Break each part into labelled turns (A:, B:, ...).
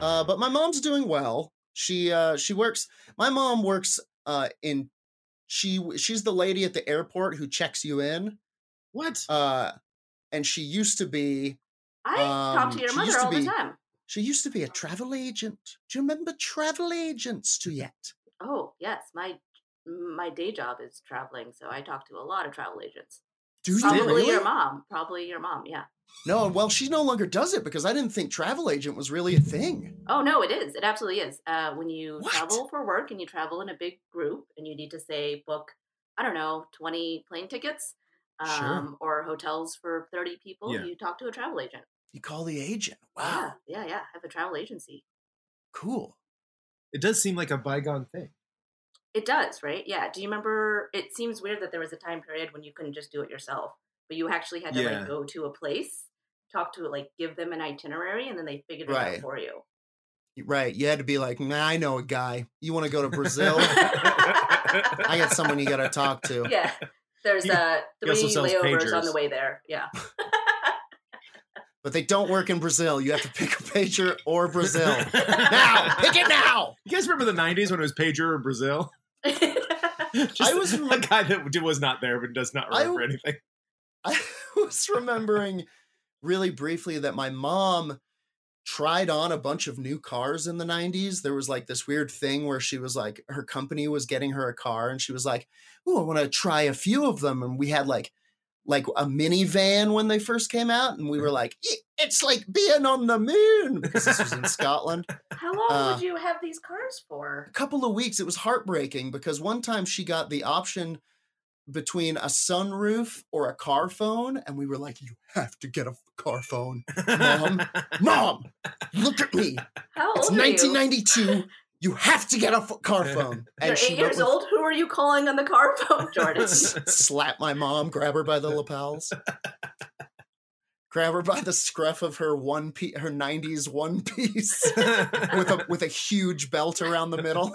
A: Uh, but my mom's doing well. She uh, she works. My mom works uh, in. She she's the lady at the airport who checks you in.
B: What?
A: Uh, and she used to be.
C: I talk to
A: Um,
C: your
A: she
C: mother
A: used to
C: all
A: be-
C: the time.
A: She used to be a travel agent. Do you remember travel agents to yet?
C: Oh yes, my my day job is traveling, so I talk to a lot of travel agents.
A: Do you
C: Probably
A: really?
C: your mom. Probably your mom. Yeah.
A: No, well, she no longer does it because I didn't think travel agent was really a thing.
C: Oh no, it is. It absolutely is. Uh, when you
A: What?
C: travel for work and you travel in a big group, and you need to say book, I don't know, twenty plane tickets,
A: Sure.
C: um, or hotels for thirty people,
B: Yeah.
C: you talk to a travel agent.
A: You call the agent. Wow,
C: Yeah, yeah, yeah. I have a travel agency.
A: cool.
B: It does seem like a bygone thing.
C: It does, right? Yeah. Do you remember? It seems weird that there was a time period when you couldn't just do it yourself, but you actually had to
B: Yeah.
C: like go to a place, talk to like give them an itinerary, and then they figured it
A: Right.
C: out for you.
A: Right, you had to be like, nah, I know a guy. You want to go to Brazil? I got someone you got to talk to.
C: Yeah. There's
B: He-
C: uh,
B: he
C: three
B: also sells
C: layovers on the
B: pagers.
C: way there. Yeah.
A: But they don't work in Brazil. You have to pick a pager or Brazil. now, pick it now.
B: You guys remember the '90s when it was pager in Brazil? Just
A: was
B: a
A: remem-
B: guy that was not there but does not
A: I-
B: remember anything.
A: I was remembering really briefly that my mom tried on a bunch of new cars in the 90s. There was like this weird thing where she was like, her company was getting her a car and she was like, Oh, I want to try a few of them. And we had like, like a minivan when they first came out. And we were like, "Eh, it's like being on the moon because this was in Scotland.
C: How long
A: Uh,
C: would you have these cars for?
A: a couple of weeks it was heartbreaking because one time she got the option between a sunroof or a car phone and we were like you have to get a car phone Mom. mom look at me
C: How old
A: it's
C: are
A: 1992 you have to get a f- car phone
C: you? You're eight
A: went
C: years
A: with-
C: old. Who are you calling on the car phone, Jordan?
A: s- slap my mom grab her by the lapels grab her by the scruff of her one piece her 90s one piece with a with a huge belt around the middle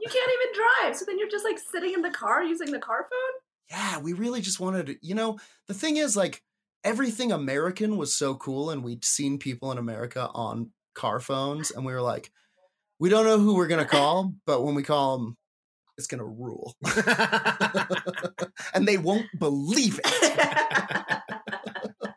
C: you can't even drive, so then you're just like sitting in the car using the car phone.
A: yeah, we really just wanted to, you know, the thing is like everything American was so cool and we'd seen people in America on car phones and we were like, we don't know who we're going to call, but when we call them, it's going to rule. and they won't believe it.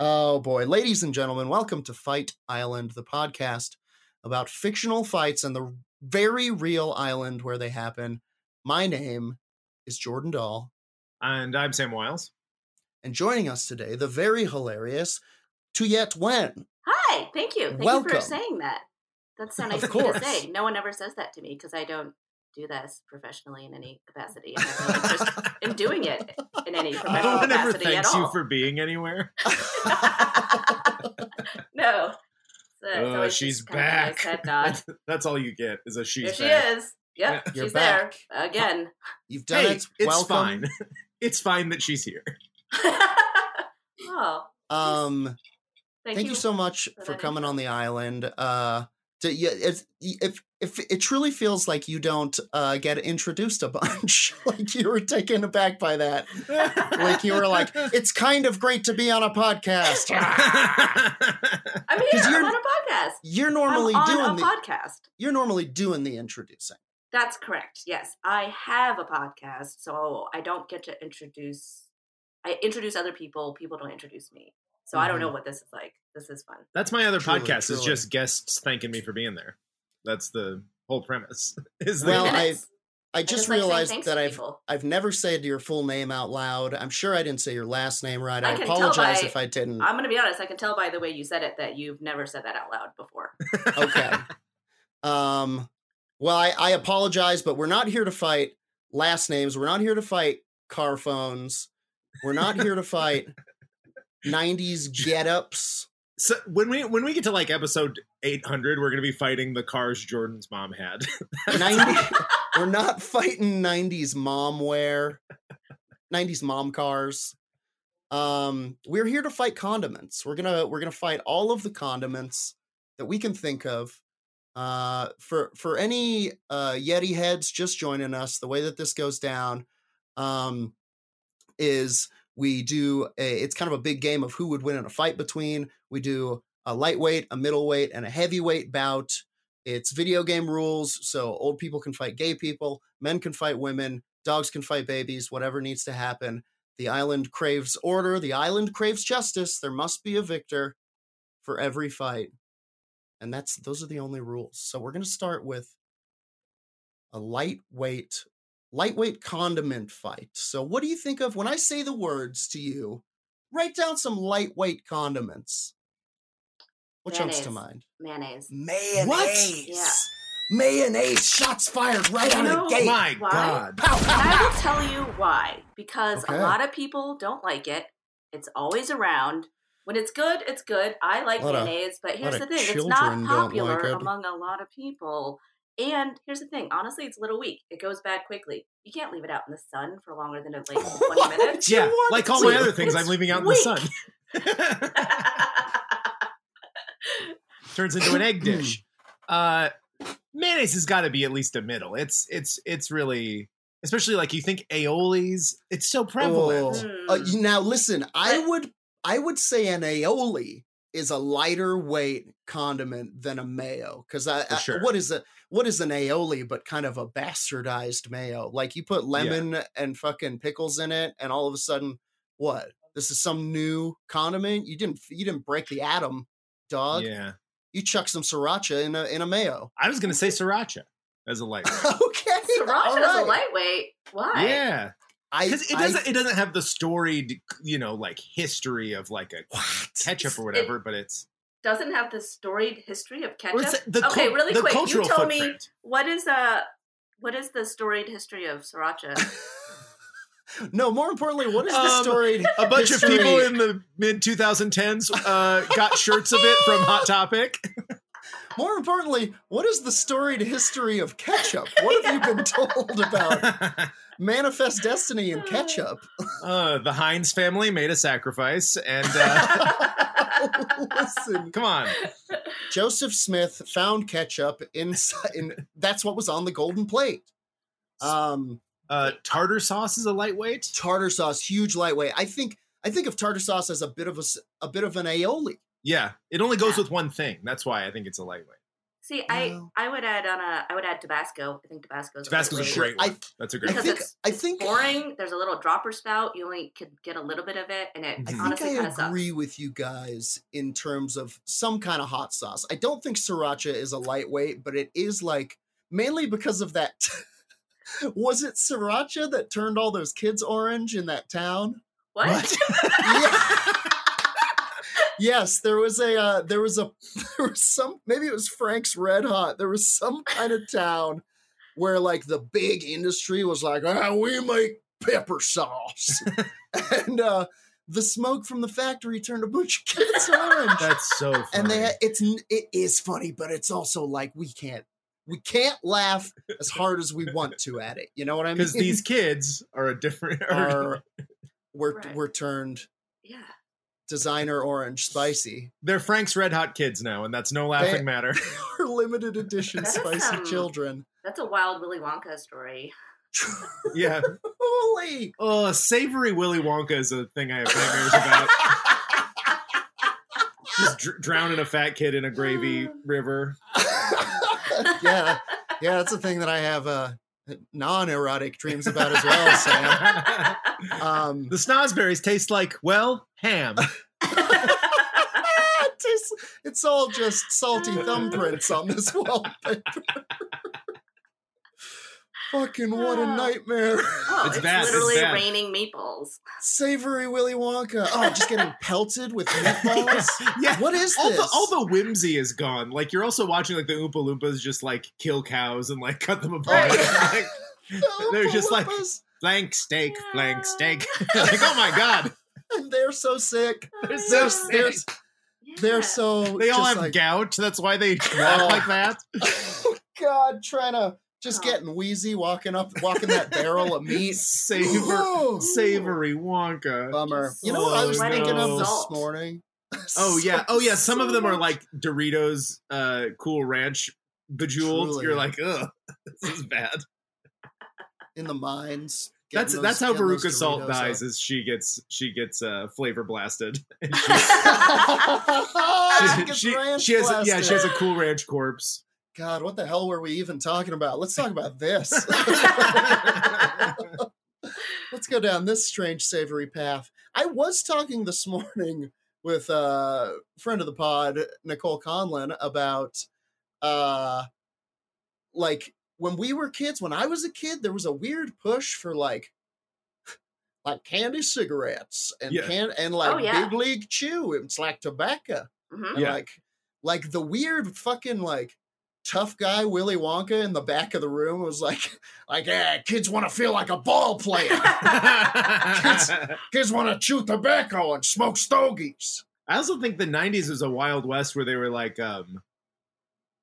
A: Oh boy. Ladies and gentlemen, welcome to Fight Island, the podcast about fictional fights and the very real island where they happen. My name is Jordan Dahl.
B: and I'm Sam Wiles.
A: And joining us today, the very hilarious Tuyet Wen.
C: Hi, thank you. Thank you
A: Welcome.
C: for saying that. That's so
A: Of
C: nice of you to
A: course.
C: say. No one ever says that to me because I don't do this professionally in any capacity. I have no interest in doing it in any professional
B: no one ever
C: capacity at
B: thanks you
C: all.
B: for being anywhere.
C: no. So it's
B: Uh,
A: Oh,
C: always just
B: she's
C: kind of a nice
B: back.
C: head nod.
B: That's all you get is a she's
C: There she
B: back.
C: is. Yep,
A: Yeah. You're
C: she's
A: back.
C: there again.
A: You've done
B: Hey,
A: it.
B: it's fine. It's fine that she's here.
C: oh,
A: Um,
C: thank,
A: thank, you. so much
C: for
A: for
C: that
A: coming
C: intro.
A: on the island. Uh, to, yeah, it's, if if it truly feels like you don't uh, get introduced a bunch, like you were taken aback by that, like you were like, it's kind of great to be on a podcast.
C: I'm
A: 'Cause
C: here. I'm
A: you're-
C: on a podcast.
A: You're normally
C: I'm on
A: doing
C: a
A: the
C: podcast.
A: you're normally doing the introducing.
C: That's correct. Yes, I have a podcast, so I don't get to introduce. I introduce other people. People don't introduce me, so I don't
A: Mm-hmm.
C: know what this is like. This is fun.
B: That's my other
A: Truly,
B: podcast is
A: truly.
B: just guests thanking me for being there. That's the whole premise. Is that
A: Well,
C: Minutes.
A: I- I
C: I
A: just
C: like saying
A: realized
C: thanks
A: that
C: to
A: I've
C: people.
A: I've never said your full name out loud. I'm sure I didn't say your last name right.
C: I
A: I,
C: can tell
A: apologize
C: by-
A: if I didn't.
C: I'm going to be honest. I can tell by the way you said it that you've never said that out loud before.
A: okay. Um well, I, I apologize, but we're not here to fight last names. We're not here to fight car phones. We're not here to fight 90s get-ups.
B: so when we when we get to like episode 800, we're going to be fighting the cars Jordan's mom had.
A: 90 We're not fighting 90s mom wear. 90s mom cars. Um we're here to fight condiments. We're going to we're going to fight all of the condiments that we can think of. Uh for for any uh Yeti heads just joining us, the way that this goes down um is we do a, it's kind of a big game of who would win in a fight between. We do a lightweight, a middleweight, and a heavyweight bout. It's video game rules, so old people can fight gay people, men can fight women, dogs can fight babies, whatever needs to happen. The island craves order, the island craves justice. There must be a victor for every fight. And that's those are the only rules. So we're going to start with a lightweight lightweight condiment fight. So what do you think of when I say the words to you? Write down some lightweight condiments. What jumps to
C: Mayonnaise.
A: mind?
C: Mayonnaise.
A: Mayonnaise.
C: Yeah.
A: Mayonnaise. Shots fired right
C: You
A: out of
C: know
A: the gate.
B: My
C: Why?
B: God.
A: Pow, pow,
C: And I
A: pow.
C: will tell you why. Because
A: Okay.
C: a lot of people don't like it. It's always around. When it's good, it's good. I like
A: Lot of-
C: mayonnaise, but here's
A: of
C: the thing it's
A: children
C: not
A: don't
C: popular
A: like it.
C: among a lot of people. And here's the thing honestly, it's a little weak. It goes bad quickly. You can't leave it out in the sun for longer than like 20
A: Why would
C: minutes.
A: you
B: Yeah,
A: want
B: like all
A: to?
B: my other things, I'm
C: It's
B: leaving out in the
C: weak.
B: sun. Turns into an egg dish. Uh, mayonnaise has got to be at least a middle. It's it's it's really, especially like you think aiolis. It's so prevalent.
C: Hmm.
A: Oh. Uh, you- now listen, I
C: But-
A: would I would say an aioli is a lighter weight condiment than a mayo because I,
B: For
A: I-
B: sure.
A: what is a what is an aioli but kind of a bastardized mayo? Like you put lemon and fucking pickles in it, and all of a sudden, what? This is some new condiment. You didn't you didn't break the atom, dog.
B: Yeah,
A: You chuck some sriracha in a in a mayo.
B: I was gonna say sriracha as a light.
A: okay, all
C: Sriracha is a
A: right.
C: lightweight. Why?
B: yeah,
A: I,
B: because it
A: I-
B: doesn't it doesn't have the storied you know like history of like a
A: what?
B: ketchup or whatever, but it's,
C: Doesn't have the storied history of
B: or
C: ketchup.
B: it's the
C: okay,
B: cul-
C: really
B: the
C: quick. You
B: cultural
C: tell me
B: footprint.
C: What is uh what is the storied history of sriracha?
A: No, more importantly, what is the
B: Um,
A: story?
B: a bunch of
A: history.
B: people in the mid 2010s uh, got shirts of it from Hot Topic.
A: More importantly, what is the storied history of ketchup? What have you been told about
B: uh,
A: manifest destiny and ketchup?
B: the Heinz family made a sacrifice, and uh,
A: Listen,
B: come on,
A: Joseph Smith found ketchup inside, and that's what was on the golden plate. Um,
B: uh, tartar sauce is a lightweight.
A: tartar sauce, huge lightweight. I think I think of tartar sauce as a bit of a s- a bit of an aioli.
B: Yeah, it only goes with one thing. That's why I think it's a lightweight.
C: See, I
A: Well.
C: I would add on a I would add Tabasco. I think Tabasco's
B: Tabasco's a
A: Sure.
B: great one.
A: I-
B: That's a
A: I
B: great.
C: Because
B: one.
A: think
C: it's-
A: I think
C: boring. There's a little dropper spout. You only could get a little bit of it, and it
B: I
A: I
C: honestly kind of
A: think I
C: sucks.
A: agree with you guys in terms of some kind of hot sauce. I don't think sriracha is a lightweight, but it is like mainly because of that. was it sriracha that turned all those kids orange in that town?
C: What?
A: Yeah. yes, there was a uh, there was a there was some maybe it was Frank's Red Hot. There was some kind of town where like the big industry was like, ah, we make pepper sauce, and uh, the smoke from the factory turned a bunch of kids orange.
B: That's so. Funny.
A: and they it's n- it is funny, but it's also like we can't we can't laugh as hard as we want to at it. You know what I mean?
B: because these kids are a different. Are,
A: are were
C: Right.
A: were turned
C: Yeah.
A: designer orange spicy
B: they're Frank's Red Hot kids now, and that's no laughing
A: They-
B: matter.
A: or limited edition
C: That is
A: spicy
C: some-
A: children.
C: That's a wild Willy Wonka story.
B: yeah.
A: Holy!
B: Oh, savory Willy Wonka is a thing I have nightmares about. Just dr- drowning a fat kid in a
A: Uh.
B: gravy river.
A: yeah, yeah, that's a thing that I have uh, non-erotic dreams about as well. Sam.
C: Oh,
A: Um,
B: The snozberries taste like, well, ham.
A: ah, it tastes- it's all just salty thumbprints on this wallpaper. Fucking what a
C: Ah.
A: nightmare!
C: Oh,
B: It's
C: it's,
B: bad, it's
C: literally
B: bad.
C: raining meatballs.
A: Savory Willy Wonka. Oh, just getting pelted with meatballs.
B: yeah.
A: What is
B: All
A: this?
B: the, all the whimsy is gone. Like, you're also watching, like, the Oompa Loompas just, like, kill cows and, like, cut them apart.
A: Right.
B: like,
A: The
B: they're just like-
A: Oompa-Loompas,
B: flank steak, flank
C: Yeah.
B: steak. like, oh my God.
A: and they're so sick.
B: They're
A: They're,
B: so
A: they're,
B: sick.
A: they're
C: Yeah.
A: so
B: They all
A: just
B: have
A: like,
B: gout. That's why they walk like that.
A: God, trying to just
C: Oh.
A: getting wheezy, walking up, walking that barrel of meat.
B: Savor,
A: Ooh,
B: savory Wonka.
A: bummer.
C: Just
A: You know what I was
B: so
A: thinking of
B: much
A: this
C: salt.
A: morning?
B: Oh yeah, oh yeah. Some
A: So
B: of them are
A: much-
B: like Doritos, uh, Cool Ranch, bejeweled.
A: Truly.
B: You're like, ugh, this is bad.
A: in the mines, Getting
B: that's
A: those-
B: that's how
A: getting those
B: Veruca Salt
A: Doritos
B: dies.
A: up.
B: Is she gets she gets uh, flavor blasted.
A: She
B: she,
A: gets
B: she-
A: ranch
B: she has a-
A: Ah,
B: yeah
A: blasted.
B: she has a cool ranch corpse.
A: God, what the hell were we even talking about? Let's talk about this. Let's go down this strange savory path. I was talking this morning with uh, friend of the pod, Nicole Conlin, about uh like when we were kids, when I was a kid, there was a weird push for like like candy cigarettes and
B: Yeah.
A: can and like
C: Oh, yeah.
A: big league chew. It's like tobacco.
C: Mhm.
A: And
B: Yeah.
A: like like the weird fucking like tough guy Willy Wonka in the back of the room was like like yeah, kids want to feel like a ball player.
B: I
A: kids want to chew tobacco and smoke stogies.
B: also think the '90s was a wild west where they were like, um,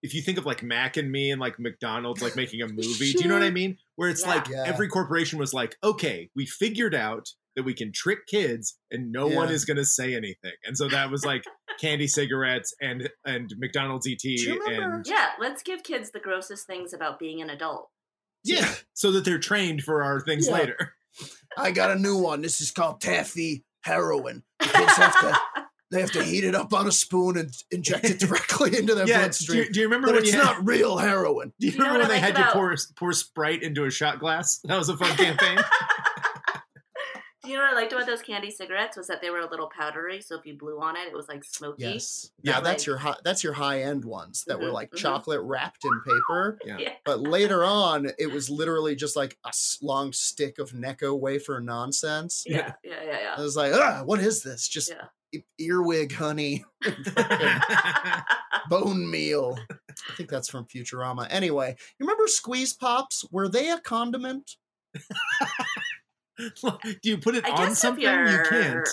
B: if you think of like Mac and Me and like McDonald's like making a movie, do you know what I
A: Sure.
B: mean? Where it's
C: Yeah.
B: like
A: Yeah.
B: every corporation was like, okay, we figured out that we can trick kids and no one
A: Yeah.
B: is going to say anything, and so that was like candy cigarettes and and McDonald's ET
A: you remember-
B: and
C: Yeah, let's give kids the grossest things about being an adult.
B: yeah, so that they're trained for our things
A: Yeah.
B: later.
A: I got a new one. This is called taffy heroin. they have to heat it up on a spoon and inject it directly into their
B: Do you, do you remember when you had-
A: real heroin.
B: do you
C: You know
B: remember when
C: what I
B: they
C: like
B: had you
C: about-
B: pour pour Sprite into a shot glass? That was a fun campaign.
C: Do you know what I liked about those candy cigarettes was that they were a little powdery, so if you blew on it, it was like smoky.
A: Yes.
B: Yeah.
A: Yeah, that's your high, that's your high end ones that were
C: Mhm,
A: like
C: mhm.
A: chocolate wrapped in paper.
B: Yeah.
C: Yeah.
A: But later on, it was literally just like a s- long stick of Necco wafer nonsense.
C: Yeah, yeah, yeah, yeah.
A: I was like, ah, what is this? Just
C: Yeah.
A: e- earwig honey, bone meal. I think that's from Futurama. Anyway, you remember squeeze pops? Were they a condiment?
B: do you put it
C: I
B: on
C: guess
B: something?
C: if you're,
B: You can't.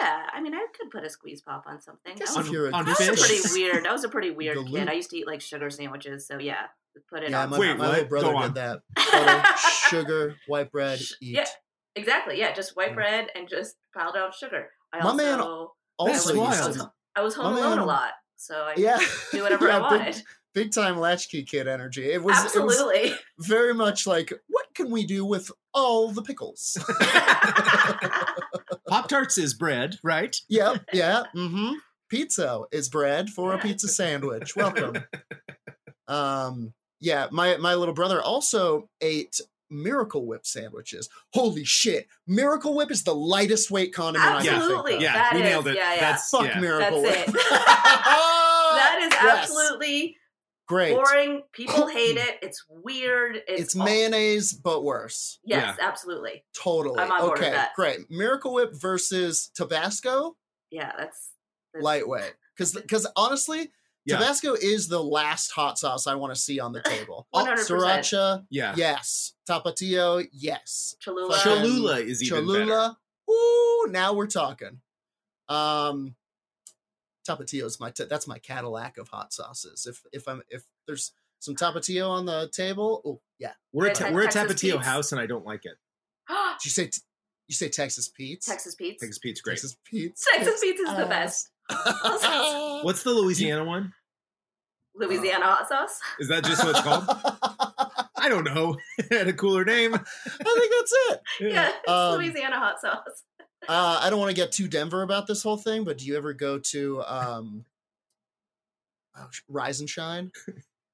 C: Yeah, I mean, I could put a squeeze pop on something.
A: guess
C: I
A: if
C: was,
A: you're a
B: on
C: I was a
B: fish.
C: pretty weird. I was a pretty weird
A: Dilute.
C: kid. I used to eat like sugar sandwiches, so yeah, put it
A: Yeah,
C: on.
A: my,
B: Wait,
A: my
B: what?
A: little brother
B: Go on.
A: did that. Butter, sugar, white bread,
C: Sh-
A: eat.
C: yeah. exactly. Yeah, just white
A: Yeah.
C: bread and just pile down sugar. I
A: My
C: also,
A: man
C: That's
A: Also, used
B: wild.
A: to-
C: I was home
A: my
C: alone a
A: man-
C: lot, so I could
A: yeah,
C: do whatever
A: Yeah,
C: I wanted.
A: Big, big time latchkey kid energy. It was it was
C: Absolutely.
A: very much like, what can we do with all the pickles?
B: Pop tarts is bread, right?
A: yep, yeah, mm-hmm. Pizza is bread for a
C: Yeah.
A: pizza sandwich. Welcome. um, yeah, my my little brother also ate Miracle Whip sandwiches. Holy shit! Miracle Whip is the lightest weight condiment
C: Absolutely.
A: I can think of.
B: Yeah,
C: That
B: we
C: is-
B: nailed it.
C: yeah, yeah.
B: That's
A: Fuck
B: yeah.
A: Miracle
C: That's
A: Whip.
C: it. that is absolutely
A: great.
C: boring. People hate it. It's weird. It's,
A: It's
C: aw-
A: mayonnaise, but worse.
C: Yes, absolutely.
A: Totally.
C: I'm on board
A: okay,
C: with that.
A: great. Miracle Whip versus Tabasco,
C: Yeah, that's, that's
A: lightweight. Because because honestly,
B: Yeah.
A: Tabasco is the last hot sauce I want to see on the table. Oh,
C: 100%.
A: Sriracha,
B: Yeah.
A: yes. Tapatio, yes.
C: Cholula.
A: Fucking-
B: Cholula is even
A: Cholula, ooh, now we're talking. Um, Tapatio is my t- that's my Cadillac of hot sauces. If if I'm if there's some Tapatio on the table, oh yeah.
B: better. We're a,
C: Red
B: ta-
C: Hen
B: we're a
C: Texas
B: Tapatio
C: Pete's.
B: house, and I don't like it.
A: Did you say t- you say Texas Pete's?
C: Texas Pete's.
B: Texas Pete's great.
A: Texas Pete's.
C: Texas Pete's is the
A: ass.
C: best.
B: uh What's the Louisiana one?
C: Louisiana hot sauce.
B: Is that just what it's called?
A: I
B: I don't know. it had a cooler name.
A: think that's it.
C: Yeah, it's
A: Um,
C: Louisiana hot sauce.
A: Uh, I don't want to get too Denver about this whole thing, but do you ever go to um, oh, sh- Rise and Shine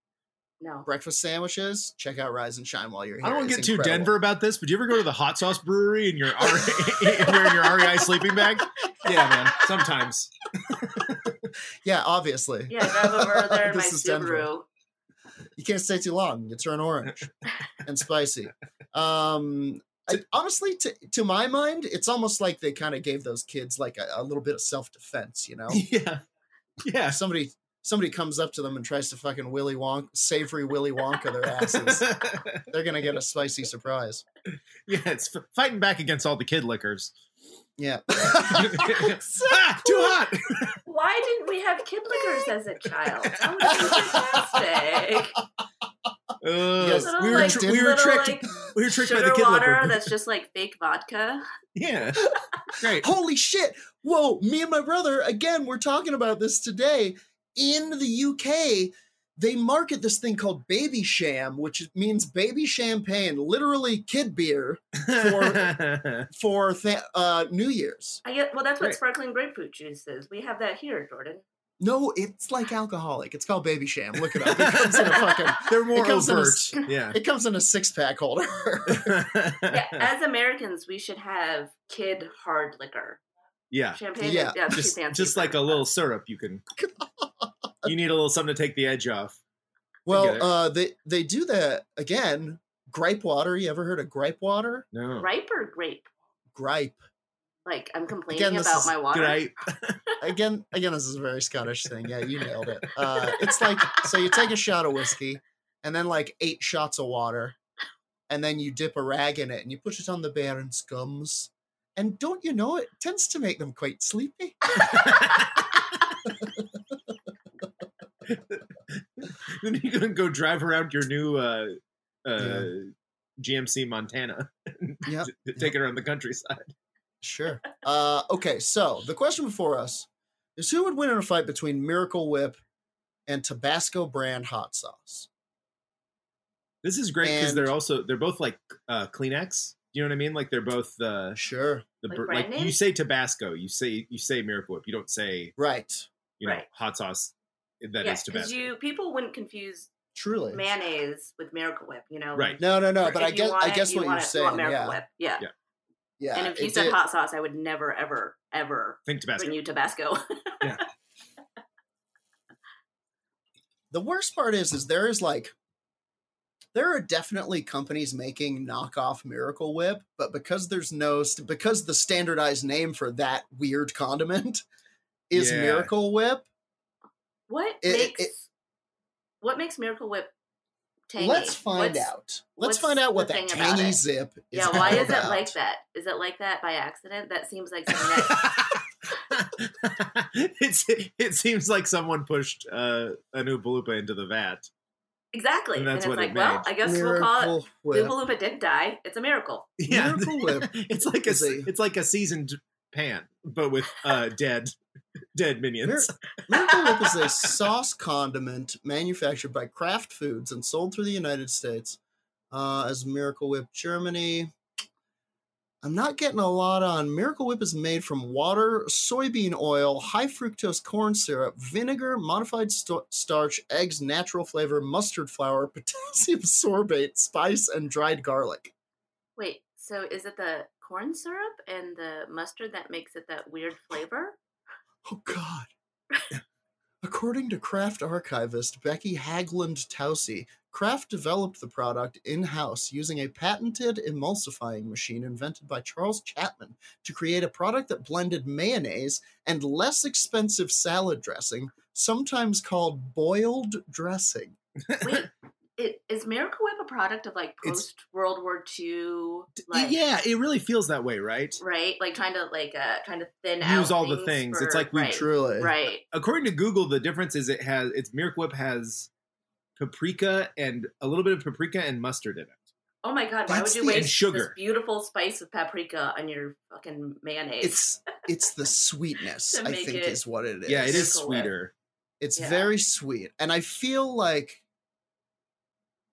C: No.
A: breakfast sandwiches? Check out Rise and Shine while you're here.
B: I don't want to
A: It's
B: get too
A: incredible.
B: Denver about this, but do you ever go to the hot sauce brewery in your RE, wearing your REI sleeping bag? Yeah, man. Sometimes.
A: Yeah, obviously.
C: Yeah, drive over there in my
A: This is Denver.
C: Subaru.
A: You can't stay too long. You turn orange and spicy. Um, I- honestly, to to my mind, it's almost like they kind of gave those kids like a, a little bit of self defense. You know,
B: Yeah. Yeah.
A: if somebody somebody comes up to them and tries to fucking Willy Wonka, savory Willy Wonka their asses, they're gonna get a spicy surprise.
B: yeah, it's f- fighting back against all the kid liquors.
A: Yeah.
B: Ah, too hot.
C: Why didn't we have kid lickers as a child? That would have been fantastic.
B: Ugh,
A: guys-
C: Little,
B: we were
C: like,
B: tr- we were
C: little,
B: tricked.
C: like,
B: we were tricked by
C: sugar
B: the kid
C: water
B: liquor.
C: that's just like fake vodka.
B: Yeah, great.
A: Holy shit. Whoa, me and my brother, again, we're talking about this today. In the UK, they market this thing called baby sham, which means baby champagne, literally kid beer for for th- uh, New Year's.
C: I get well. That's what
B: Right.
C: sparkling grapefruit juice is. We have that here, Jordan.
A: No, it's like alcoholic. It's called baby sham. Look it up. It comes in a fucking.
B: They're more
A: it comes in a
B: overt.
A: s-
B: yeah.
A: It comes in a six pack holder.
C: Yeah, as Americans, we should have kid hard liquor.
B: yeah.
C: Champagne.
A: Yeah,
C: yeah it's too
B: Just,
C: fancy
B: just
C: for
B: like a
C: us.
B: little syrup you can. You need a little something to take the edge off.
A: Well,
B: it.
A: uh, they they do that again. Gripe water. You ever heard of gripe water?
B: No.
C: ripe or grape.
A: Gripe.
C: Like I'm complaining
A: Again, this
C: about
A: is
C: my water.
B: Gripe.
A: Again, again, this is a very Scottish thing. Yeah, you nailed it. Uh, it's like so you take a shot of whiskey, and then like eight shots of water, and then you dip a rag in it and you put it on the Baron's gums. And don't you know it tends to make them quite sleepy?
B: then you're gonna go drive around your new uh, uh,
A: Yeah.
B: GMC Montana,
A: Yeah,
B: take it around the countryside.
A: sure. Uh, okay, so the question before us is who would win in a fight between Miracle Whip and Tabasco brand hot sauce?
B: This is great because they're
A: And-
B: also they're both like uh, Kleenex. You know what I mean? Like they're both uh, the
A: Sure.
B: the
C: Like
B: br-
C: brand
B: like you
C: names?
B: say Tabasco, you say you say Miracle Whip, you don't say
A: Right.
B: you know
C: Right.
B: hot sauce that is
C: yeah, because
B: Tabasco.
C: you people wouldn't confuse
A: Truly.
C: mayonnaise with Miracle Whip. You know,
B: Right.
A: No, no, no.
B: Right.
A: But
C: If
A: I
C: you
A: guess
C: want
A: I
C: it,
A: guess
C: you
A: what you're
C: want it- you want
A: saying.
C: Miracle
A: Yeah,
C: Whip. Yeah.
B: Yeah.
A: yeah.
C: And if you
A: it
C: said
A: did-
C: hot sauce, I would never, ever, ever
B: Think Tabasco.
C: bring you Tabasco.
A: the worst part is, is there is like, there are definitely companies making knockoff Miracle Whip, but because there's no, st- because the standardized name for that weird condiment is
B: Yeah.
A: Miracle Whip.
C: what
A: It- it-
C: makes
A: it-
C: what makes Miracle Whip tangy?
A: Let's find
C: What's-
A: out. Let's
C: what's
A: find out what
C: the
A: that
C: thing about
A: tangy
C: it?
A: zip is.
C: Yeah, why
A: all
C: is it
A: about.
C: like that? Is it like that by accident? That seems like something that
B: it's, it seems like someone pushed uh, an Oompa-Loompa into the vat.
C: exactly.
B: And
C: And,
B: that's
C: it's
B: what it
C: like, well,
B: made.
C: I guess we'll call it
A: Miracle Whip.
C: Oompa Loompa did die. It's a miracle.
B: Yeah,
A: Miracle Whip
B: it's like a
A: is a-
B: it's like a seasoned pan, but with uh, dead dead
A: Mir-
B: minions.
A: Miracle Whip is a sauce condiment manufactured by Kraft Foods and sold through the United States uh, as Miracle Whip Germany. I'm not getting a lot on. Miracle Whip is made from water, soybean oil, high fructose corn syrup, vinegar, modified sto- starch, eggs, natural flavor, mustard flour, potassium sorbate, spice, and dried garlic.
C: Wait, so is it the corn syrup and the mustard that makes it that weird flavor?
A: Oh God. According to Kraft archivist Becky Hagland Taussey, Kraft developed the product in-house using a patented emulsifying machine invented by Charles Chapman to create a product that blended mayonnaise and less expensive salad dressing, sometimes called boiled dressing.
C: Wait, it, is Miracle Whip a product of like
B: It's-
C: post World War II? Like,
B: yeah, it really feels that way, right?
C: Right, like trying to like uh trying to thin out
B: Use all the things. It's like we
C: right,
A: Truly.
C: right.
B: According to Google, the difference is it has it's Miracle Whip has paprika and a little bit of paprika and mustard in it.
C: Oh my god, why
A: That's
C: would you
A: the-
B: and
C: waste
B: sugar.
C: this beautiful spice of paprika on your fucking mayonnaise?
A: It's it's the sweetness,
C: To
A: I
C: make
A: think,
C: it-
A: is what it is.
B: Yeah, it is
C: Miracle Whip.
B: sweeter.
A: It's
C: Yeah.
A: very sweet, and I feel like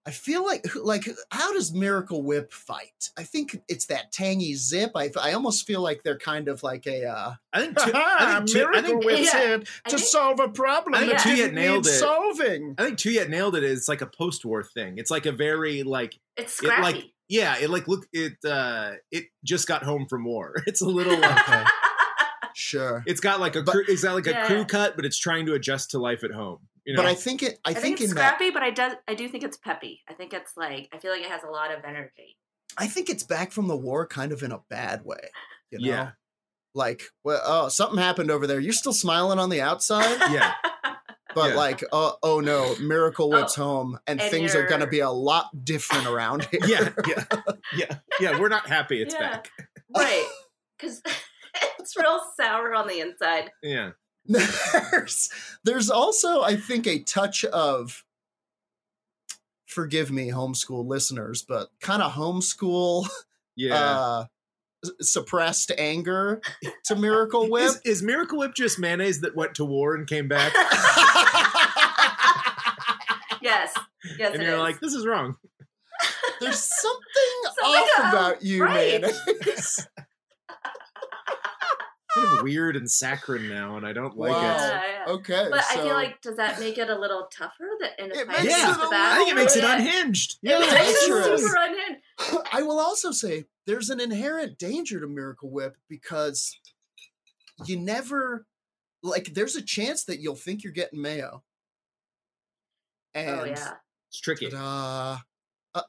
A: I feel like like how does Miracle Whip fight? I think it's that tangy zip. I I almost feel like they're kind of like a uh,
B: I think, Ti- I think, Ti- I think,
C: Whip. Yeah.
A: here
C: I think-
A: solve a problem
B: I
C: think
A: that
B: Tuyet
A: didn't need
B: nailed it.
A: solving.
B: I think Tuyet nailed it. It's like a post-war thing. It's like a very like
C: It's
B: it
C: scrappy.
B: like yeah, it like look it uh it just got home from war. It's a little like
A: Okay, sure.
B: it's got like a
A: But-
B: crew, it's got like a
C: Yeah.
B: crew cut, but it's trying to adjust to life at home. You know,
A: But I think it. I,
C: I, think,
A: in
C: it's
A: that.
C: scrappy, but I do I do think it's peppy. I think it's like I feel like it has a lot of energy.
A: I think it's back from the war, kind of in a bad way. You know?
B: Yeah.
A: Like, well, oh, something happened over there. You're still smiling on the outside.
B: yeah,
A: but
B: Yeah.
A: like oh, oh no miracle whips
C: Oh,
A: home and,
C: and
A: things are going to
C: you're-
A: be a lot different around here
B: yeah, yeah, yeah, yeah. We're not happy. It's
C: Yeah.
B: back.
C: Right. Cuz it's real sour on the inside.
B: Yeah,
A: there's there's also i think a touch of forgive me homeschool listeners but kind of homeschool
B: yeah.
A: uh s- suppressed anger to miracle whip
B: is, is Miracle Whip just mayonnaise that went to war and came back?
C: yes, yes.
B: and
C: it
B: you're
C: is.
B: like, this is wrong.
A: There's something
C: Something
A: off
C: up,
A: about you,
C: right.
A: man.
B: kind of weird and saccharine now, and I don't like
A: Wow.
B: it.
C: yeah, yeah.
A: okay,
C: But
A: so
C: I feel like does that make it a little tougher that in a
A: It
C: fight
B: makes
C: against
B: it
A: a
C: the back?
B: I think it makes it
C: Yeah.
B: unhinged.
C: It makes it
A: dangerous.
C: super unhinged.
A: I will also say there's an inherent danger to Miracle Whip because you never like there's a chance that you'll think you're getting mayo. And
C: Oh yeah.
B: It's tricky.
A: uh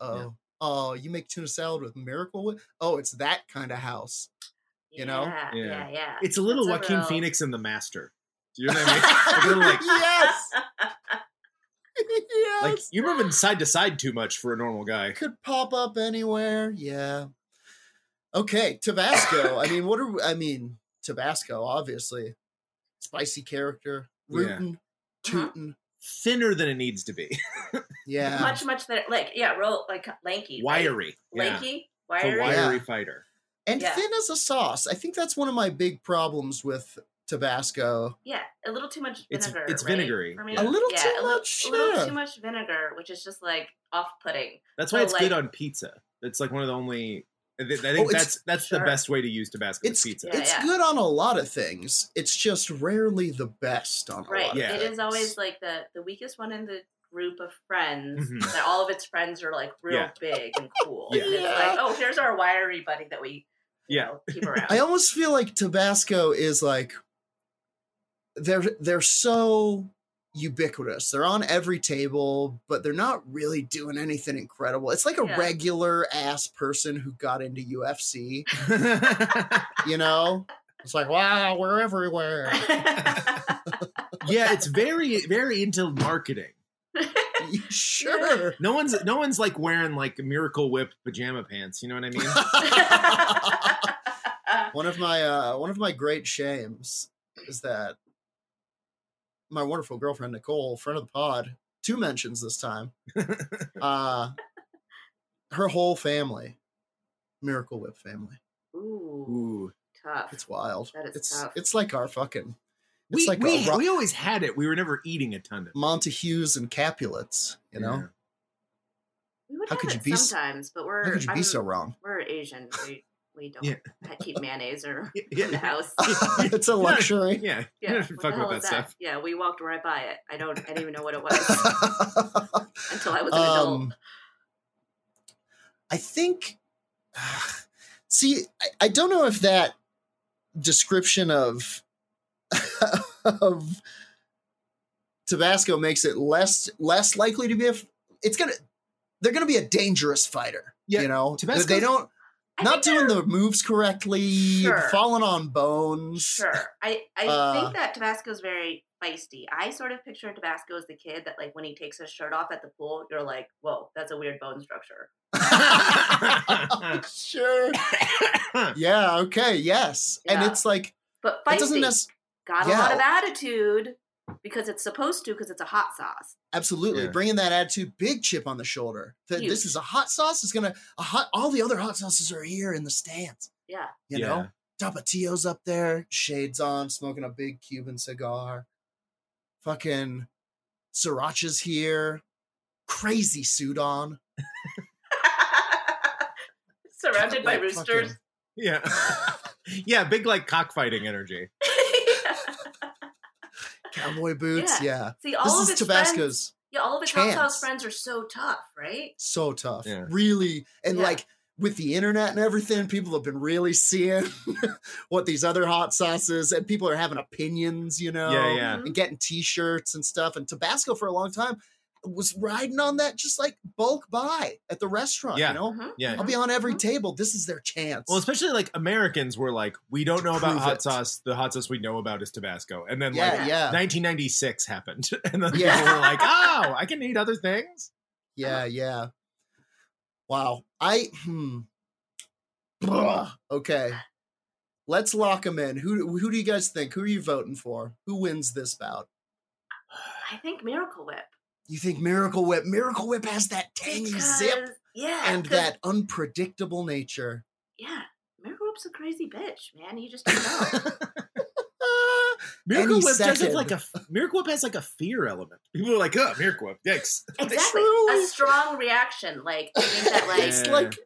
A: oh. Oh, you make tuna salad with Miracle Whip? Oh, it's that kind of house. you know?
C: Yeah,
B: Yeah.
C: yeah, yeah.
B: It's a little
C: That's a
B: Joaquin
C: real-
B: Phoenix and the Master. Do you know what I mean? A little like,
A: yes. yes.
B: like you're moving side to side too much for a normal guy.
A: could pop up anywhere. Yeah. Okay, Tabasco. I mean, what are we- I mean? Tabasco, obviously, spicy character,
B: Yeah.
C: Uh-huh.
A: rootin', tootin'.
B: Thinner than it needs to be.
A: Yeah,
C: Much, much that like yeah, real like lanky, right?
B: Wiry. Yeah.
C: lanky,
B: It's
C: wiry.
B: a wiry
A: Yeah.
B: fighter.
A: and
C: yeah.
A: thin as a sauce. I think that's one of my big problems with Tabasco.
C: Yeah, a little too much
B: It's-
C: vinegar.
B: it's
C: right?
B: vinegary,
C: For me?
B: yeah. A
A: little too
C: a li-
A: much,
C: A little
A: yeah.
C: too much vinegar, which is just like off-putting.
B: That's why
C: So,
B: it's good
C: like-
B: on pizza. It's like one of the only. I thi- I think
A: Oh, it's-
B: that's that's the
C: Sure.
B: best way to use Tabasco with
A: It's
B: pizza.
C: Yeah,
A: it's
C: yeah.
A: good on a lot of things. It's just rarely the best on a
C: Right.
A: lot.
B: Yeah.
A: of
C: It
A: things.
C: is always like the the weakest one in the group of friends
B: Mhm.
C: that all of its friends are like real
B: Yeah.
C: big and cool.
B: Yeah.
C: And it's
A: Mm-hmm. Yeah.
C: like, oh, here's our wiry buddy that we you
B: Yeah.
C: know, keep around.
A: I almost feel like Tabasco is like they're they're so ubiquitous. They're on every table, but they're not really doing anything incredible. It's like a
C: Yeah.
A: regular ass person who got into UFC, you know? It's like, wow, we're everywhere.
B: yeah, it's very very into marketing.
A: sure.
B: No one's no one's like wearing like Miracle Whip pajama pants. You know what I mean?
A: one of my uh one of my great shames is that my wonderful girlfriend Nicole, friend of the pod, two mentions this time. uh her whole family, Miracle Whip family.
C: Ooh,
B: Ooh,
C: tough.
A: It's wild.
C: That is
A: it's
C: tough.
A: it's like our fucking
B: we
A: it's like
B: we,
A: a ro-
B: we always had it. We were never eating a ton of. it.
A: Montagues and Capulets, you know?
B: Yeah.
C: We would
A: How
C: have
A: could
C: it
A: you be so-
C: sometimes, but we're
A: How could you be
C: I'm-
A: so wrong?
C: we're Asian. We we don't
B: Yeah.
C: keep mayonnaise or
B: Yeah,
C: in the house.
A: it's a luxury.
B: yeah. You
C: Yeah, what
B: don't have to
C: the
B: fuck
C: hell
B: about that
C: is that?
B: stuff.
C: Yeah, we walked right by it. I don't. I didn't even know what it was until I was an adult.
A: um, I think. See, I, I don't know if that description of of Tabasco makes it less less likely to be. A, f- it's gonna. They're gonna be a dangerous fighter.
B: Yeah,
A: you know,
B: Tabasco's-
A: they don't
C: I
A: not
C: think
A: doing
C: they're-
A: the moves correctly,
C: Sure.
A: falling on bones.
C: Sure, I I
A: Uh,
C: think that Tabasco's very feisty. I sort of picture Tabasco as the kid that, like, when he takes his shirt off at the pool, you're like, "Whoa, that's a weird bone structure."
A: sure. Yeah. Okay. Yes. And
C: Yeah.
A: it's like
C: But
A: it doesn't
C: feisty
A: necessarily.
C: got
A: yeah.
C: a lot of attitude because it's supposed to because it's a hot sauce.
A: Absolutely,
B: Yeah.
A: bringing that attitude, big chip on the shoulder. That this
C: Huge.
A: is a hot sauce. Is gonna a hot. All the other hot sauces are here in the stands.
C: Yeah.
A: You know, Tapatio's up there, shades on, smoking a big Cuban cigar. Fucking sriracha's here, crazy suit on.
C: Surrounded by
A: Like,
C: roosters.
B: Yeah. Yeah. yeah. Big like cockfighting energy.
A: cowboy boots.
C: Yeah.
A: Yeah,
C: See, all
A: this
C: of
A: is
C: its
A: Tabasco's.
C: friends, yeah, all of its hot
A: chance.
C: sauce friends are so tough, right?
A: So tough,
B: Yeah.
A: really, and
C: Yeah.
A: like. With the internet and everything, people have been really seeing what these other hot sauces, and people are having opinions, you know.
B: Yeah. Yeah.
C: Mhm.
A: and getting t-shirts and stuff and tabasco for a long time was riding on that just like bulk buy at the restaurant
B: Yeah.
A: you know
C: Mhm.
B: Yeah.
A: i'll be on every
C: Mhm.
A: table this is their chance
B: Well, especially like Americans were like, we don't
A: To
B: know about
A: prove
B: hot
A: it.
B: sauce. The hot sauce we know about is Tabasco. And then like
A: yeah
C: Yeah.
A: yeah
B: 1996 happened, and then
A: Yeah.
B: people were like, oh, I can eat other things.
C: Uh-huh.
A: yeah yeah wow i hmm Ugh. okay
C: Ah.
A: let's lock them in who who do you guys think who are you voting for who wins this bout
C: I think Miracle Whip.
A: you think miracle whip miracle whip has that tangy zip
C: Because- Yeah.
A: and
C: 'cause-
A: that unpredictable nature
C: Yeah. Miracle Whip's a crazy bitch, man. You just don't know.
A: Ah,
B: Miracle
A: any
B: Whip does
A: second.
B: like a Miracle Whip has like a fear element. People are like, oh, Miracle Whip, yikes.
C: Exactly.
A: Truly.
C: A strong reaction. Like I think that like
A: it's like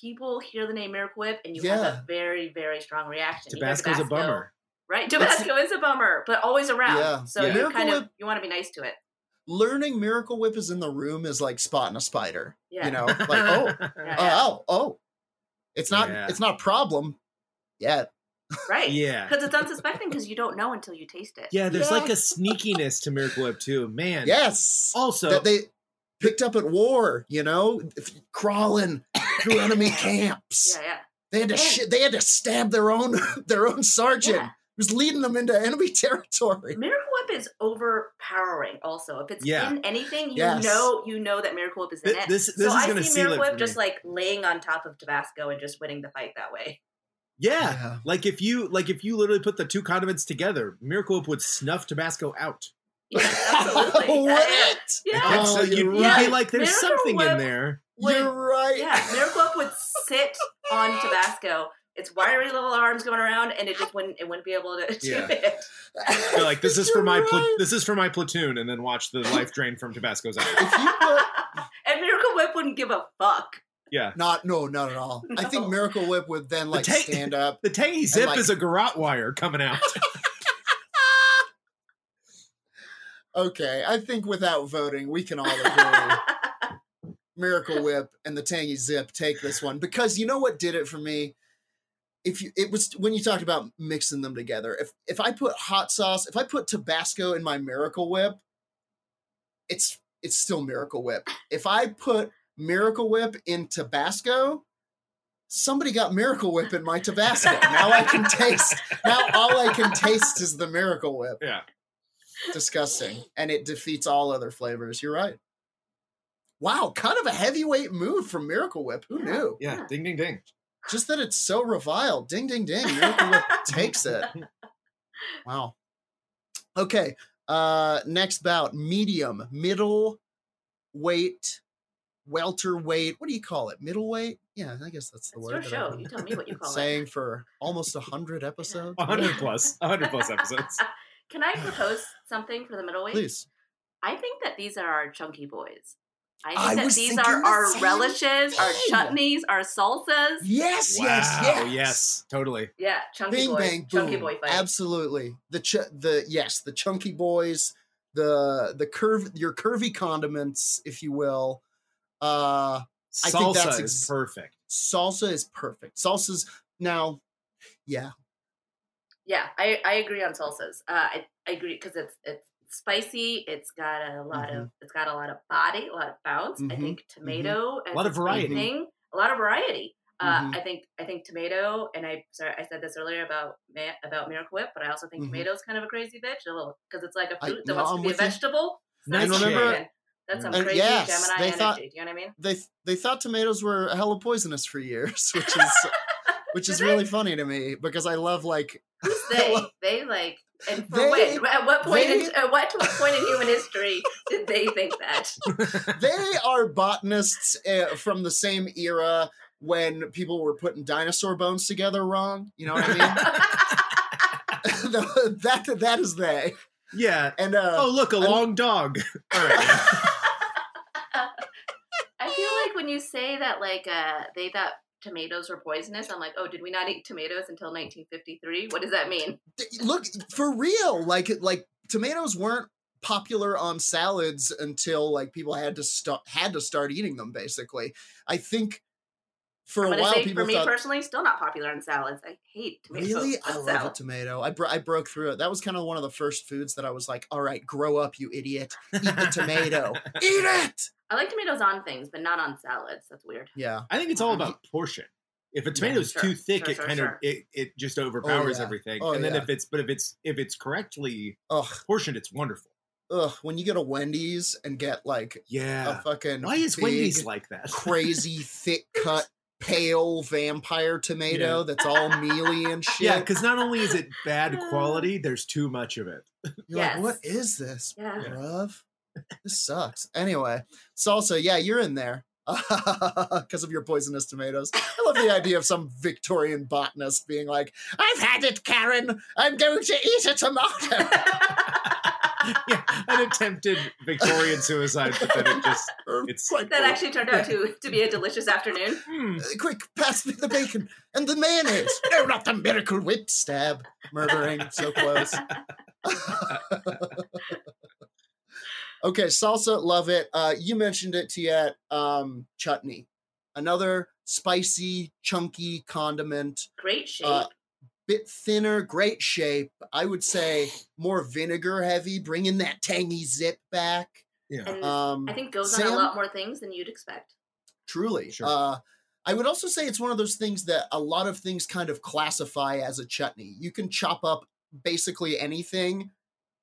C: people hear the name Miracle Whip and you have
A: Yeah.
C: a very, very strong reaction. You hear
B: Tabasco's a
C: Tabasco,
B: bummer.
C: Right? Tabasco is a bummer, but always around.
A: Yeah.
C: So
B: Yeah.
C: you
A: Miracle
C: kind of
A: Whip-
C: you want to be nice to it.
A: learning Miracle Whip is in the room is like spotting a spider.
C: Yeah.
A: You know, like oh,
C: Yeah.
A: oh, oh, oh. It's not
B: Yeah.
A: it's not a problem yet.
C: Right.
B: yeah.
C: Because it's unsuspecting because you don't know until you taste it.
B: Yeah, there's
A: Yeah.
B: like a sneakiness to Miracle Whip too, man.
A: Yes.
B: Also,
A: that they picked up at war, you know, f- crawling through enemy camps.
C: Yeah, yeah.
A: They had to
C: And-
A: shit, they had to stab their own their own sergeant
C: Yeah.
A: who was leading them into enemy territory.
C: Miracle Whip is overpowering also. If it's
B: Yeah.
C: in anything, you
A: Yes.
C: know you know that Miracle Whip is in
B: Th-
C: it.
B: this- this
C: so
B: is
C: I
B: gonna
C: see
B: seal it
C: Miracle
B: for
C: Whip just
B: me.
C: like laying on top of Tabasco and just winning the fight that way.
B: yeah. Like if you like if you literally put the two condiments together, Miracle Whip would snuff Tabasco out.
C: Yeah, absolutely.
A: Oh,
C: Yeah, yeah.
A: what?
C: Yeah.
A: Oh,
B: so you'd,
A: you're
B: you'd
C: right.
B: be like, there's
C: Miracle
B: something in
C: Whip-
B: there.
A: You're right.
C: Yeah, Miracle Whip would sit on Tabasco. Its wiry little arms going around, and it just wouldn't. It wouldn't be able to do
B: Yeah.
C: it.
B: You're like, this is for
A: You're
B: my pla-
A: right.
B: this is for my platoon, and then watch the life drain from Tabasco's eye.
A: If you put-
C: and Miracle Whip wouldn't give a fuck.
B: Yeah.
A: not no, not at all. I think
C: No.
A: Miracle Whip would then like
B: tank-
A: stand up.
B: The tangy zip
A: like-
B: is a garrote wire coming out.
A: Okay, I think without voting, we can all agree Miracle Whip and the Tangy Zip take this one because you know what did it for me. If you, it was when you talked about mixing them together. If if I put hot sauce, if I put Tabasco in my Miracle Whip, it's it's still Miracle Whip. If I put Miracle Whip in Tabasco, somebody got Miracle Whip in my Tabasco. Now I can taste. Now all I can taste is the Miracle Whip.
B: Yeah.
A: Disgusting. And it defeats all other flavors. You're right. Wow, kind of a heavyweight move from Miracle Whip. Who
C: Yeah.
A: knew?
B: Yeah, ding ding ding.
A: Just that it's so reviled. Ding ding ding. Miracle Whip takes it. Wow. Okay. Uh next bout. Medium, middle weight, welterweight. What do you call it? Middleweight? Yeah, I guess that's the
C: It's
A: word.
C: your
A: that I've
C: show.
A: been
C: You tell me what you call it.
A: saying for almost a hundred episodes.
B: hundred plus, hundred plus episodes.
C: Can I propose something for the middleweight?
A: Please.
C: I think that these are our chunky boys. I think
A: I
C: that
A: was
C: these
A: thinking
C: are
A: the
C: our
A: same
C: relishes, our
A: thing.
C: chutneys, our salsas.
A: Yes, yes,
B: wow.
A: yes.
B: totally.
C: Yeah, chunky
A: Bing
C: boy,
A: bang boom.
C: chunky boy fight.
A: Absolutely. The ch- the yes, the chunky boys, the the curve your curvy condiments, if you will. Uh I
B: Salsa
A: think that's
B: is
A: ex-
B: perfect.
A: salsa is perfect. Salsa's now yeah,
C: yeah, I, I agree on salsas. Uh, I, I agree because it's it's spicy. It's got a lot of
A: Mm-hmm.
C: it's got a lot of body, a lot of bounce. I
A: Mhm,
C: think tomato, as
B: Lot of
C: its main
B: variety.
C: thing, a lot of variety. Uh,
A: Mhm.
C: I think I think tomato, and I sorry I said this earlier about ma- about Miracle Whip, but I also think
A: Mhm.
C: tomato's kind of a crazy bitch, a little because it's like a
A: I-
C: fruit that
A: no,
C: wants
A: I'm
C: to be a
A: with you.
C: vegetable. It's not
B: Nice
C: something
A: remember-
C: human. That's some
A: Uh,
C: crazy
A: yes,
C: Gemini
A: they
C: energy.
A: thought-
C: Do you know what I mean?
A: they they thought tomatoes were hella poisonous for years, which is which
C: Did
A: is
C: they?
A: really funny to me because I love like
C: they they like and for
A: They-
C: when at what point
A: they-
C: in, at what point in human history did they think that
A: they are botanists uh, from the same era when people were putting dinosaur bones together wrong. You know what I mean? that that is they.
B: Yeah.
A: And uh,
B: Oh look, a
A: I'm-
B: long dog. All right.
C: i feel like when you say that like uh they thought tomatoes were poisonous i'm like oh did we not eat tomatoes until 1953 what does that mean
A: th- look for real, like like tomatoes weren't popular on salads until like people had to start had to start eating them. Basically, I think for
C: i'm
A: a
C: gonna
A: while
C: say for
A: people
C: me
A: thought.
C: personally still not popular in salads i hate tomatoes
A: Really,
C: on
A: I love a
C: salads.
A: tomato. I bro- I broke through it. That was kind of one of the first foods that I was like, "All right, grow up, you idiot! Eat the tomato, eat it!"
C: I like tomatoes on things but not on salads that's weird
A: Yeah,
B: I think it's all about portion. If a tomato is
C: sure,
B: too thick,
C: sure,
B: it
C: sure,
B: kind
C: sure.
B: of it, it just overpowers
A: yeah.
B: everything.
A: Oh,
B: and then
A: yeah.
B: if it's but if it's if it's correctly
A: ugh,
B: portioned, it's wonderful.
A: ugh. When you get a Wendy's and get like
B: Yeah.
A: a fucking
B: Why is
A: big,
B: Wendy's like that?
A: crazy thick cut pale vampire tomato that's all mealy and shit.
B: Yeah, because not only is it bad quality, there's too much of it.
A: You're like, what
C: Yes.
A: is this,
C: yeah
A: bruv? This sucks. Anyway, salsa, yeah, you're in there. because of your poisonous tomatoes. I love the idea of some Victorian botanist being like, I've had it, Karen. I'm going to eat a tomato.
B: yeah, an attempted Victorian suicide, but then it just
A: Or
B: It's-
A: quite
C: That
A: bold.
C: actually turned out to, to be a delicious afternoon.
B: hmm,
A: Uh, Quick, pass me the bacon and the mayonnaise. no, not the miracle whip. Stab. Murdering. So close. okay, salsa, love it. Uh, you mentioned it, Tiet. Um, chutney. Another spicy, chunky condiment.
C: Great shape.
A: Uh, Bit thinner, great shape. I would say more vinegar heavy, bringing that tangy zip back.
B: yeah.
C: and
A: Um,
C: Mm, I think goes on
A: Sam?
C: a lot more things than you'd expect.
A: truly
B: Sure.
A: uh i would also say it's one of those things that a lot of things kind of classify as a chutney you can chop up basically anything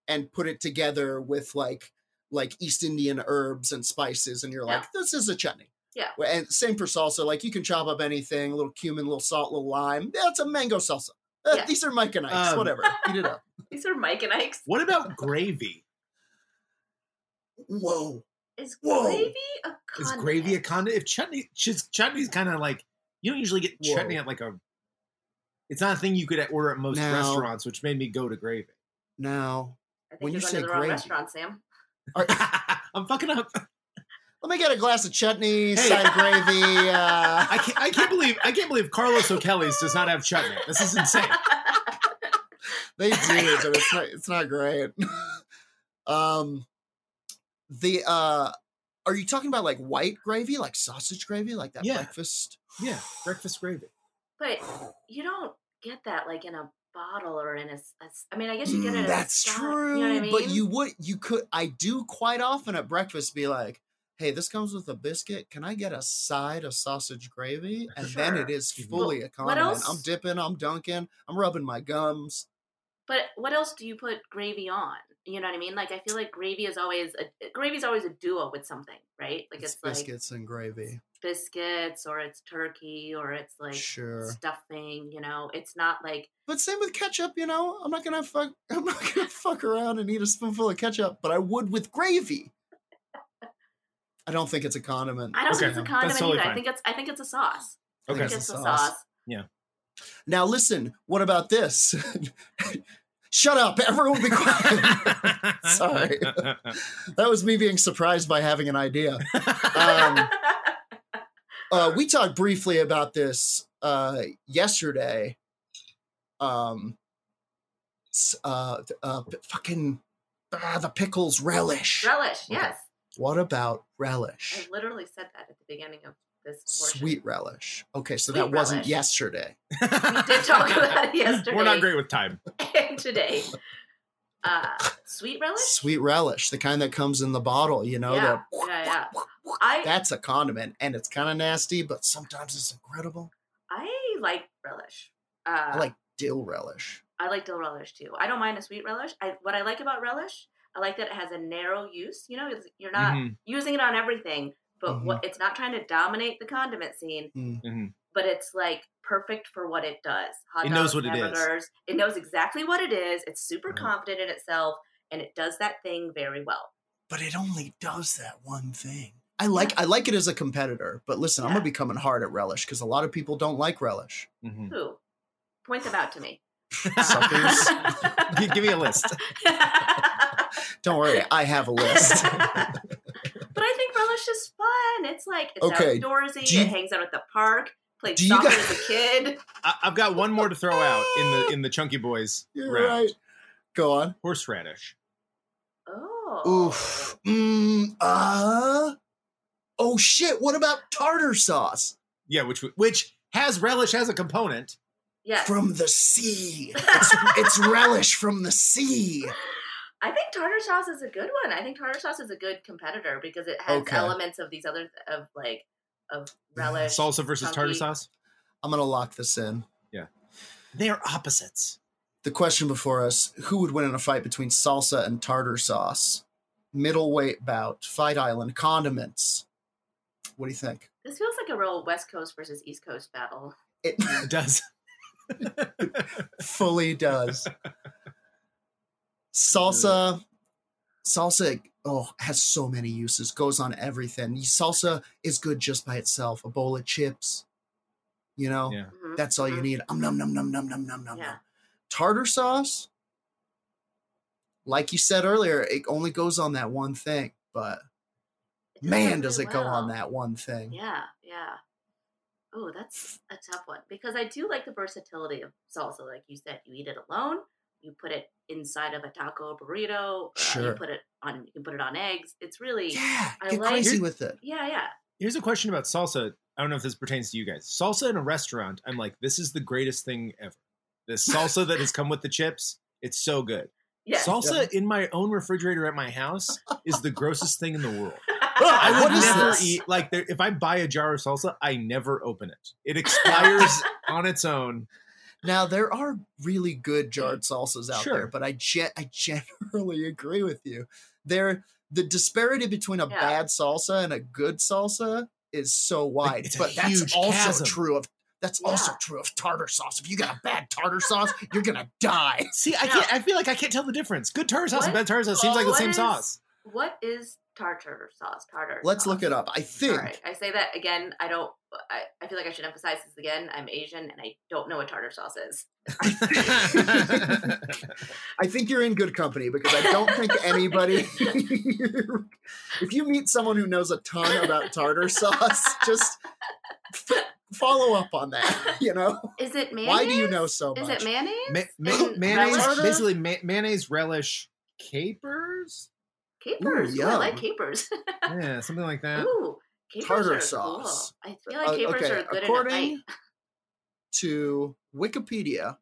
A: and put it together with like like east indian herbs and spices and you're
C: Yeah.
A: like this is a chutney
C: Yeah.
A: Well, and same for salsa like you can chop up anything a little cumin a little salt a little lime that's a mango salsa Uh,
C: Yeah.
A: these are mike and Ike's,
B: Um,
A: whatever eat it up
C: These are Mike and Ike's.
B: What about gravy?
A: whoa
C: Is
A: Whoa.
C: gravy a
B: Is
C: condiment?
B: gravy a condiment? If chutney, chis- chutney's kind of like you don't usually get chutney
A: Whoa.
B: at like a. It's not a thing you could order at most
A: No.
B: restaurants, which made me go to gravy.
A: now
C: I think
A: When you
C: you're going
A: say
C: to the wrong
A: gravy-
C: restaurant, Sam.
B: I'm fucking up.
A: let me get a glass of chutney side of gravy uh
B: I can't. I can't believe. I can't believe Carlos O'Kelly's does not have chutney. This is insane.
A: They do, but it's not it's not great. um the uh are you talking about like white gravy, like sausage gravy, like that
B: Yeah.
A: breakfast?
B: Yeah, breakfast gravy.
C: but you don't get that like in a bottle or in a. s- a s- I mean, I guess you get it.
A: Mm,
C: in a
A: That's
C: stock,
A: true.
C: You know what I mean?
A: But you would you could I do quite often at breakfast be like, hey, this comes with a biscuit. Can I get a side of sausage gravy? And then it
C: Sure.
A: is
B: Mhm.
A: fully a
C: Well, what
A: condiment. I'm
C: else-
A: dipping, I'm dunking, I'm rubbing my gums.
C: But what else do you put gravy on? You know what I mean? Like I feel like gravy is always a eh, gravy's always a duo with something, right? Like
A: it's
C: it's, like
A: biscuits and gravy.
C: biscuits or it's turkey or it's like
A: sure.
C: stuffing. You know, it's not like
A: But same with ketchup, you know. I'm not gonna fuck. I'm not gonna fuck around and eat a spoonful of ketchup, but I would with gravy. I don't think it's a condiment.
C: I don't
B: Okay,
C: think it's a
B: that's
C: condiment
B: totally
C: either.
B: fine.
C: I think it's I think it's a sauce. I
B: Okay.
C: think
A: It's a
C: it's a
A: sauce.
C: sauce.
A: Now listen. What about this? Shut up! Everyone, be quiet. Sorry. that was me being surprised by having an idea. Um, uh, we talked briefly about this uh, yesterday. Um, s- uh, th- uh, p- fucking ah, the pickles relish.
C: Relish,
B: Okay.
C: yes.
A: What about relish?
C: I literally said that at the beginning of this portion.
A: Sweet relish. Okay, so
C: Sweet
A: that wasn't
C: relish.
A: yesterday.
C: We did talk about it yesterday.
B: We're not great with time.
C: And today. Uh, sweet relish?
A: Sweet relish, the kind that comes in the bottle, you know,
C: Yeah,
A: the-
C: yeah, I
A: that's a condiment and it's kind of nasty, but sometimes it's incredible.
C: I like relish. Uh,
A: I like dill relish.
C: I like dill relish too. I don't mind a sweet relish. I what I like about relish, I like that it has a narrow use. You know, it's- you're not
B: Mhm,
C: using it on everything, but what it's not trying to dominate the condiment scene.
B: mhm.
C: but it's like perfect for what it does. Hot
B: It
C: dogs,
B: knows what it is.
C: hamburgers. It knows exactly what it is. It's super
B: Right.
C: confident in itself, and it does that thing very well.
A: But it only does that one thing. I like I like it as a competitor, but listen, I'm gonna
C: Yeah.
A: be coming hard at relish because a lot of people don't like relish.
B: Mhm.
C: Who? Point them out to me.
A: Suckers.
B: G- Give me a list.
A: don't worry, I have a list.
C: but I think relish is fun. It's like it's
A: Okay,
C: outdoorsy.
A: do you-
C: it hangs out at the park. Played
A: do you
C: soccer
A: guys-
C: as a kid.
B: I- I've got one more to throw out in the in the chunky boys
A: You're
B: round.
A: right. Go on.
B: Horseradish.
C: Oh,
A: Oof. Mm, uh, oh shit, what about tartar sauce?
B: Yeah, which which has relish as a component.
C: yes.
A: from the sea. It's, it's relish from the sea.
C: I think tartar sauce is a good one. I think tartar sauce is a good competitor because it has
A: Okay.
C: elements of these other of like of relish.
B: Salsa versus tartar
C: Chunky.
B: sauce.
A: I'm gonna lock this in.
B: They are opposites.
A: The question before us: Who would win in a fight between salsa and tartar sauce? Middleweight bout, fight island, condiments. What do you think?
C: This feels like a real West Coast versus East Coast battle.
A: It
B: It does.
A: fully does. Salsa, salsa oh has so many uses goes on everything salsa is good just by itself a bowl of chips you know
B: Yeah.
C: Mhm.
A: that's all you need um num num num num num num num
C: Yeah.
A: num tartar sauce like you said earlier it only goes on that one thing but
C: does
A: man
C: that
A: does it
C: really
A: go on
C: well.
A: that one thing
C: Yeah, yeah. Oh, that's a tough one because I do like the versatility of salsa. Like you said, you eat it alone. You put it inside of a taco burrito. Uh,
A: Sure.
C: you put it on. You can put it on eggs. It's really yeah,
A: yeah
C: I
A: get
C: like-
A: crazy with it
C: yeah.
B: Here's a question about salsa. I don't know if this pertains to you guys. Salsa in a restaurant, I'm like, this is the greatest thing ever. The salsa that has come with the chips, it's so good.
C: Yes.
B: Salsa in my own refrigerator at my house is the grossest thing in the world.
A: I
B: I
A: What
B: would
A: is
B: never
A: this?
B: eat like there, if I buy a jar of salsa, I never open it. It expires on its own.
A: Now there are really
C: Mm.
A: good jarred salsas out there,
B: Sure.
A: but I ge- I generally agree with you. There, the disparity between a
C: Yeah.
A: bad salsa and a good salsa is so wide.
B: it's a
A: but that's
B: huge
A: also
B: chasm.
A: true of that's also
C: Yeah.
A: true of tartar sauce. If you got a bad tartar sauce, you're gonna die.
B: See, I
C: No.
B: can't. I feel like I can't tell the difference. Good tartar sauce and
C: What?
B: bad tartar sauce seems like the
C: What
B: same
C: is-
B: sauce.
C: What is tartar sauce? Tartar.
A: Let's look
C: sauce.
A: it up. I
C: All
A: think
C: right. I say that again. I don't. I, I feel like I should emphasize this again. I'm Asian and I don't know what tartar sauce is.
A: I think you're in good company because I don't think anybody. if you meet someone who knows a ton about tartar sauce, just f- follow up on that. You know.
C: Is it mayonnaise?
A: Why do you know so
C: Is
A: much?
C: it mayonnaise?
B: Ma- ma-
C: And
B: mayonnaise,
A: relish?
B: basically ma- mayonnaise, relish, capers.
C: Capers. Ooh, I
A: yum.
C: like capers.
B: Yeah, something like that.
C: Ooh, capers
A: Tartar
C: are
A: sauce.
C: Cool. I feel like
A: Uh,
C: capers
A: okay,
C: are good
A: according
C: enough.
A: to Wikipedia,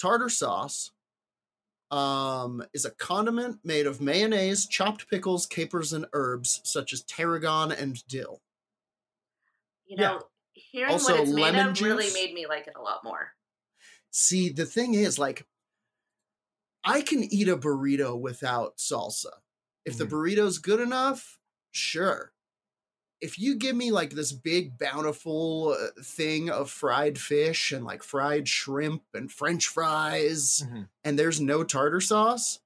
A: tartar sauce um, is a condiment made of mayonnaise, chopped pickles, capers, and herbs such as tarragon and dill.
C: You
B: yeah.
C: know, hearing
A: Also,
C: what it's made
A: lemon
C: of really
A: juice.
C: made me like it a lot more.
A: See, the thing is, like, I can eat a burrito without salsa. If
B: Mhm.
A: the burrito's good enough, sure. If you give me like this big bountiful uh, thing of fried fish and like fried shrimp and French fries,
B: Mhm.
A: and there's no tartar sauce,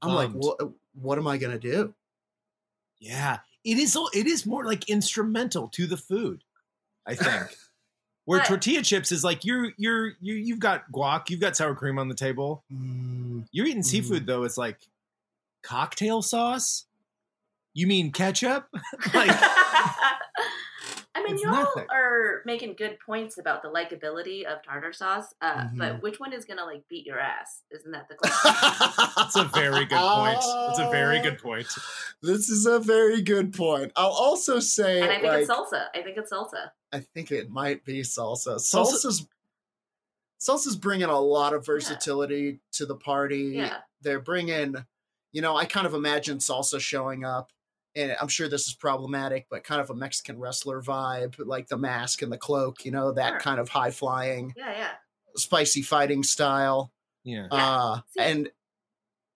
A: I'm like,
B: Bummed.
A: what? What am I gonna do?
B: Yeah, it is. al- It is more like instrumental to the food, I think. Where
C: But-
B: tortilla chips is like you're you're you you've got guac, you've got sour cream on the table.
A: Mm,
B: You're eating seafood though. It's like cocktail sauce. You mean ketchup? like
C: I mean,
B: It's
C: y'all
B: nothing.
C: are making good points about the likability of tartar sauce, uh,
A: Mhm.
B: Mm-hmm.
C: but which one is gonna like beat your ass? Isn't that the question?
B: that's a very good point. It's a very good point.
A: This is a very good point. I'll also say,
C: and I think
A: like,
C: it's salsa. I think it's salsa.
A: I think it might be salsa.
B: Salsa-
A: Salsa's salsa's bringing a lot of versatility to the party.
C: Yeah.
A: They're bringing, you know, I kind of imagine salsa showing up, and I'm sure this is problematic, but kind of a Mexican wrestler vibe, like the mask and the cloak, you know, that
C: Sure.
A: kind of high flying,
C: Yeah, yeah.
A: spicy fighting style.
B: Yeah.
A: Uh,
C: See,
A: and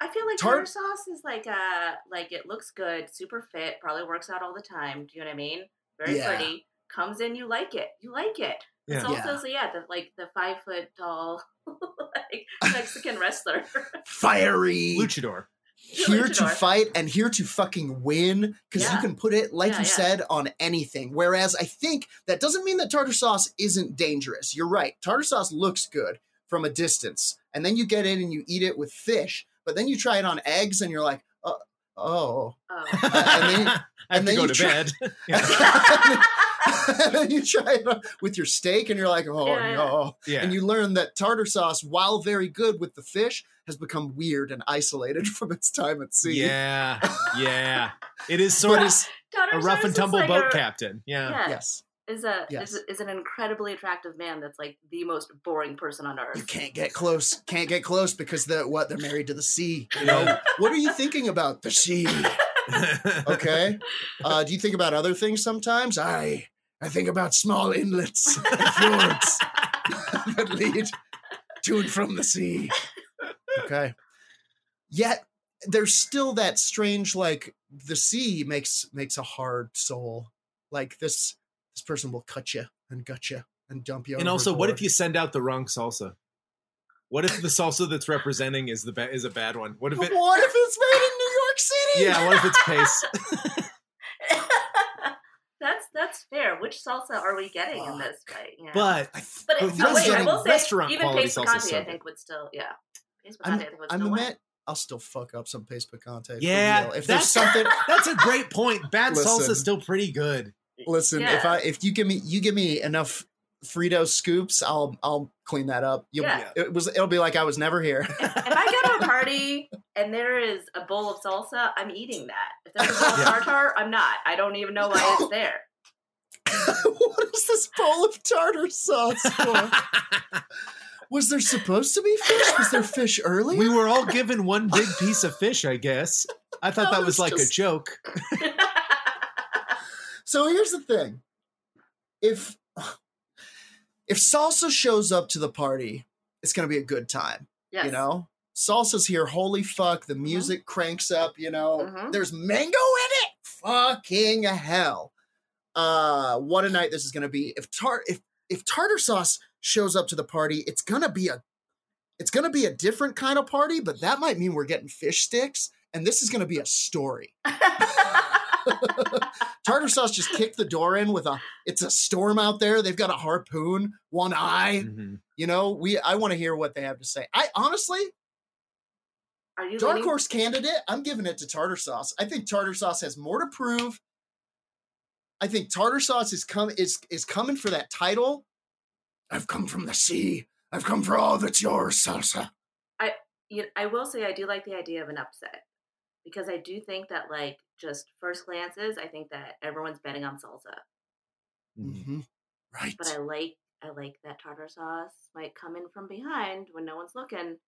C: I feel like
A: Tar-
C: tartar sauce is like uh like it looks good, super fit, probably works out all the time. Do you know what I mean? Very
A: Yeah.
C: pretty. Comes in, you like it. You like it. It's
B: Yeah.
C: also
A: Yeah.
C: so yeah, the like the five foot tall like Mexican wrestler.
A: fiery,
B: Luchador.
A: here to
C: Luchador.
A: fight and here to fucking win because you
C: Yeah.
A: can put it like
C: Yeah,
A: you
C: yeah.
A: said on anything whereas i think that doesn't mean that tartar sauce isn't dangerous you're right tartar sauce looks good from a distance and then you get in and you eat it with fish but then you try it on eggs and you're like uh, oh
C: Oh.
A: And then- and
B: I have to
A: then
B: go
A: you
B: to
A: try-
B: bed.
A: and then you try it on- with your steak and you're like oh
C: Yeah, yeah.
A: no
B: Yeah.
A: and you learn that tartar sauce while very good with the fish has become weird and isolated from its time at sea
B: Yeah. Yeah. It is
A: but
B: sort of
A: it's
C: Tartar
B: a rough
C: sauce
B: and
C: is
B: tumble
C: like
B: boat
C: a-
B: captain. Yeah.
C: Yeah.
A: yes
C: Is a
A: Yes.
C: is, is an incredibly attractive man that's like the most boring person on
A: you
C: earth.
A: can't get close can't get close because the what they're married to the sea you know Oh, what are you thinking about the sea okay uh, do you think about other things sometimes i i think about small inlets and fjords that lead to and from the sea okay yet there's still that strange like the sea makes makes a hard soul like this this person will cut you and gut you and dump you
B: And also,
A: overboard.
B: what if you send out the wrong salsa? What if the salsa that's representing is the ba- is a bad one? What if it?
A: what if it's made in New York City?
B: Yeah. What if it's pace?
C: that's that's fair. Which salsa are we getting in this fight? Yeah.
B: But
A: I th-
C: but, it,
B: but
C: oh, wait, I
B: restaurant-
C: will say,
B: restaurant
C: even
B: quality
C: pace
B: salsa
C: picante, I
B: serving.
C: think would still, yeah. Pace
A: I'm,
C: picante, I think would
A: I'm
C: still
A: the
C: win.
A: Met. I'll still fuck up some pace picante. for
B: Yeah,
A: real. If there's
B: that's-
A: something,
B: that's a great point. Bad salsa
A: Listen.
B: is still pretty good.
A: listen. If
C: Yeah.
A: I if you give me you give me enough Frito scoops, I'll I'll clean that up. You'll,
C: Yeah.
A: It was it'll be like I was never here.
C: If I go to a party and there is a bowl of salsa, I'm eating that. If there's a bowl
B: Yeah.
C: of tartar, I'm not. I don't even know why it's there.
A: what is this bowl of tartar sauce for? was there supposed to be fish? Was there fish earlier?
B: we were all given one big piece of fish, I guess. I thought
A: No,
B: that
A: it's
B: was like
A: just-
B: a joke.
A: So here's the thing. If if salsa shows up to the party, it's gonna be a good time.
C: yes.
A: You know? Salsa's here, holy fuck, the music cranks up, you know.
C: Mhm.
A: There's mango in it. Fucking hell. Uh what a night this is gonna be. If tart if if tartar sauce shows up to the party, it's gonna be a it's gonna be a different kind of party, but that might mean we're getting fish sticks, and this is gonna be a story. Tartar sauce just kicked the door in with a. It's a storm out there. They've got a harpoon, one eye.
B: Mhm.
A: You know, we. I want to hear what they have to say. I honestly,
C: Are you
A: dark
C: leaning-
A: horse candidate. I'm giving it to tartar sauce. I think tartar sauce has more to prove. I think tartar sauce is come is is coming for that title. I've come from the sea. I've come for all that's yours, salsa.
C: you I will say I do like the idea of an upset because I do think that like just first glances, I think that everyone's betting on salsa,
B: Mhm.
A: Mhm. Right.
C: but I like I like that tartar sauce might come in from behind when no one's looking.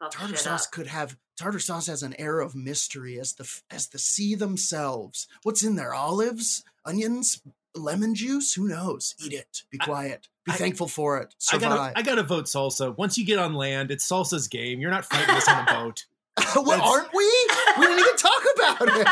C: Fuck
A: tartar
C: shit
A: sauce
C: up.
A: could have tartar sauce has an air of mystery as the f- as the sea themselves what's in there olives onions lemon juice who knows eat it be
B: I-
A: quiet be
B: I-
A: thankful for it
B: I
A: survive
B: gotta, I gotta vote salsa. Once you get on land, it's salsa's game. You're not fighting this on a boat.
A: well,
B: that's-
A: aren't we we didn't even talk about it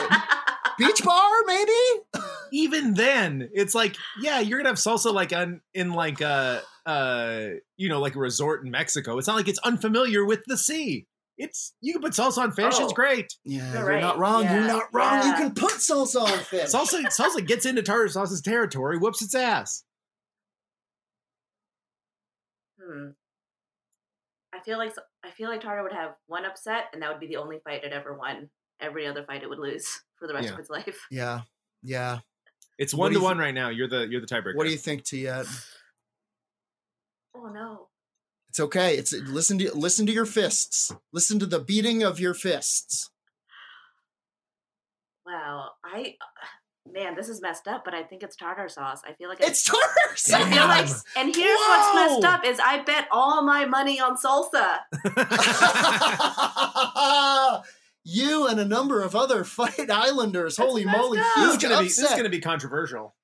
C: Hmm.
A: beach bar maybe
B: Even then, it's like, yeah, you're gonna have salsa like on in like a, uh, you know, like a resort in Mexico. It's not like it's unfamiliar with the sea. It's you can put salsa on fish. It's
C: Oh.
B: great.
A: yeah
C: You're
A: you're, not
C: right,
A: wrong you're
C: yeah,
A: not wrong you
C: yeah.
A: can put salsa on fish
B: Salsa, salsa gets into tartar sauce's territory, whoops its ass.
C: Hmm. I feel like I feel like Tartar would have one upset, and that would be the only fight it ever won. Every other fight it would lose for the rest
B: Yeah.
C: of its life.
A: yeah yeah
B: It's
A: What
B: one
A: do
B: to
A: you
B: one right now. You're the you're the tiebreaker.
A: what do you think Tiet?
C: Oh no!
A: it's okay it's listen to listen to your fists listen to the beating of your fists
C: Wow, I uh, man, this is messed up. But I think it's tartar sauce. I feel like I-
A: it's tartar
C: I
A: sauce
C: feel like, and here's what's messed
A: Whoa!
C: up is I bet all my money on salsa.
A: you and a number of other fight islanders. Holy
C: messed
A: moly!
C: up.
B: this
A: Huge
B: is gonna be this is
A: upset.
B: gonna be controversial.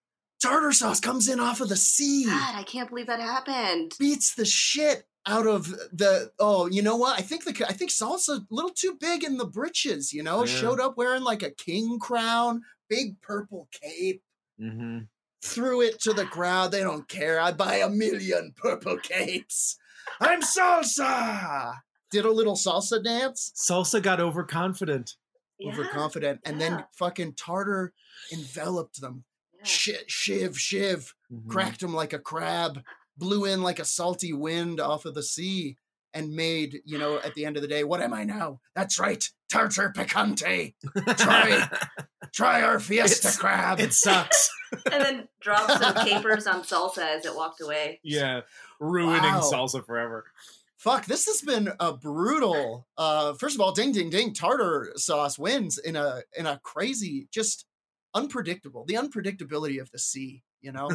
A: Tartar sauce comes in off of the sea,
C: God, I can't believe that happened.
A: beats the shit out of the. Oh, you know what? I think the I think salsa a little too big in the britches. You know,
B: Yeah.
A: showed up wearing like a king crown, big purple cape.
B: Mm-hmm.
A: Threw it to the crowd. They don't care. I buy a million purple capes. I'm salsa. Did a little salsa dance.
B: Salsa got overconfident.
C: Yeah,
A: overconfident, and
C: yeah.
A: then fucking Tartar enveloped them.
C: yeah.
A: Shit, shiv, shiv,
C: Mm.
A: cracked them like a crab, blew in like a salty wind off of the sea, and made, you know, at the end of the day, what am I now? That's right, Tartar Picante. Try, try our Fiesta
B: It's-
A: crab.
B: Mm-hmm. it sucks.
C: and then dropped some capers on salsa as it walked away.
B: yeah, ruining
A: Wow.
B: salsa forever.
A: Fuck, this has been a brutal. Uh, first of all, ding, ding, ding, Tartar sauce wins in a in a crazy, just unpredictable. The unpredictability of the sea, you know.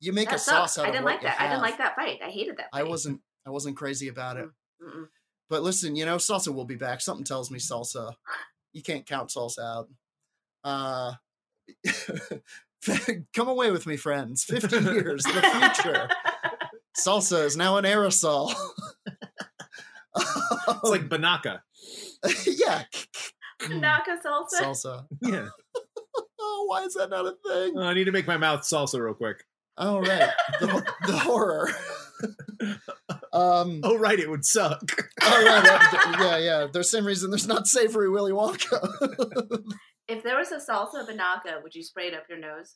A: you make
C: That
A: a
C: sucks.
A: sauce out
C: I
A: of
C: didn't
A: what
C: like
A: you
C: that. I didn't
A: have.
C: like that fight. I hated that. Fight.
A: I wasn't I wasn't crazy about it.
C: Mm-mm.
A: But listen, you know, salsa will be back. Something tells me salsa. You can't count salsa out. Uh come away with me, friends. 50 years, the future. salsa is now an aerosol.
B: it's
A: Oh.
B: like banaka.
A: yeah, Hmm.
C: Naka salsa.
A: salsa.
B: Yeah,
A: Oh, why is that not a thing?
B: Oh, I need to make my mouth salsa real quick.
A: All right, the, the horror. Um,
B: Oh, right. It would suck.
A: oh, right, right, yeah, yeah. There's same reason there's not savory Willy Wonka.
C: If there was a salsa banaka, would you spray it up your nose?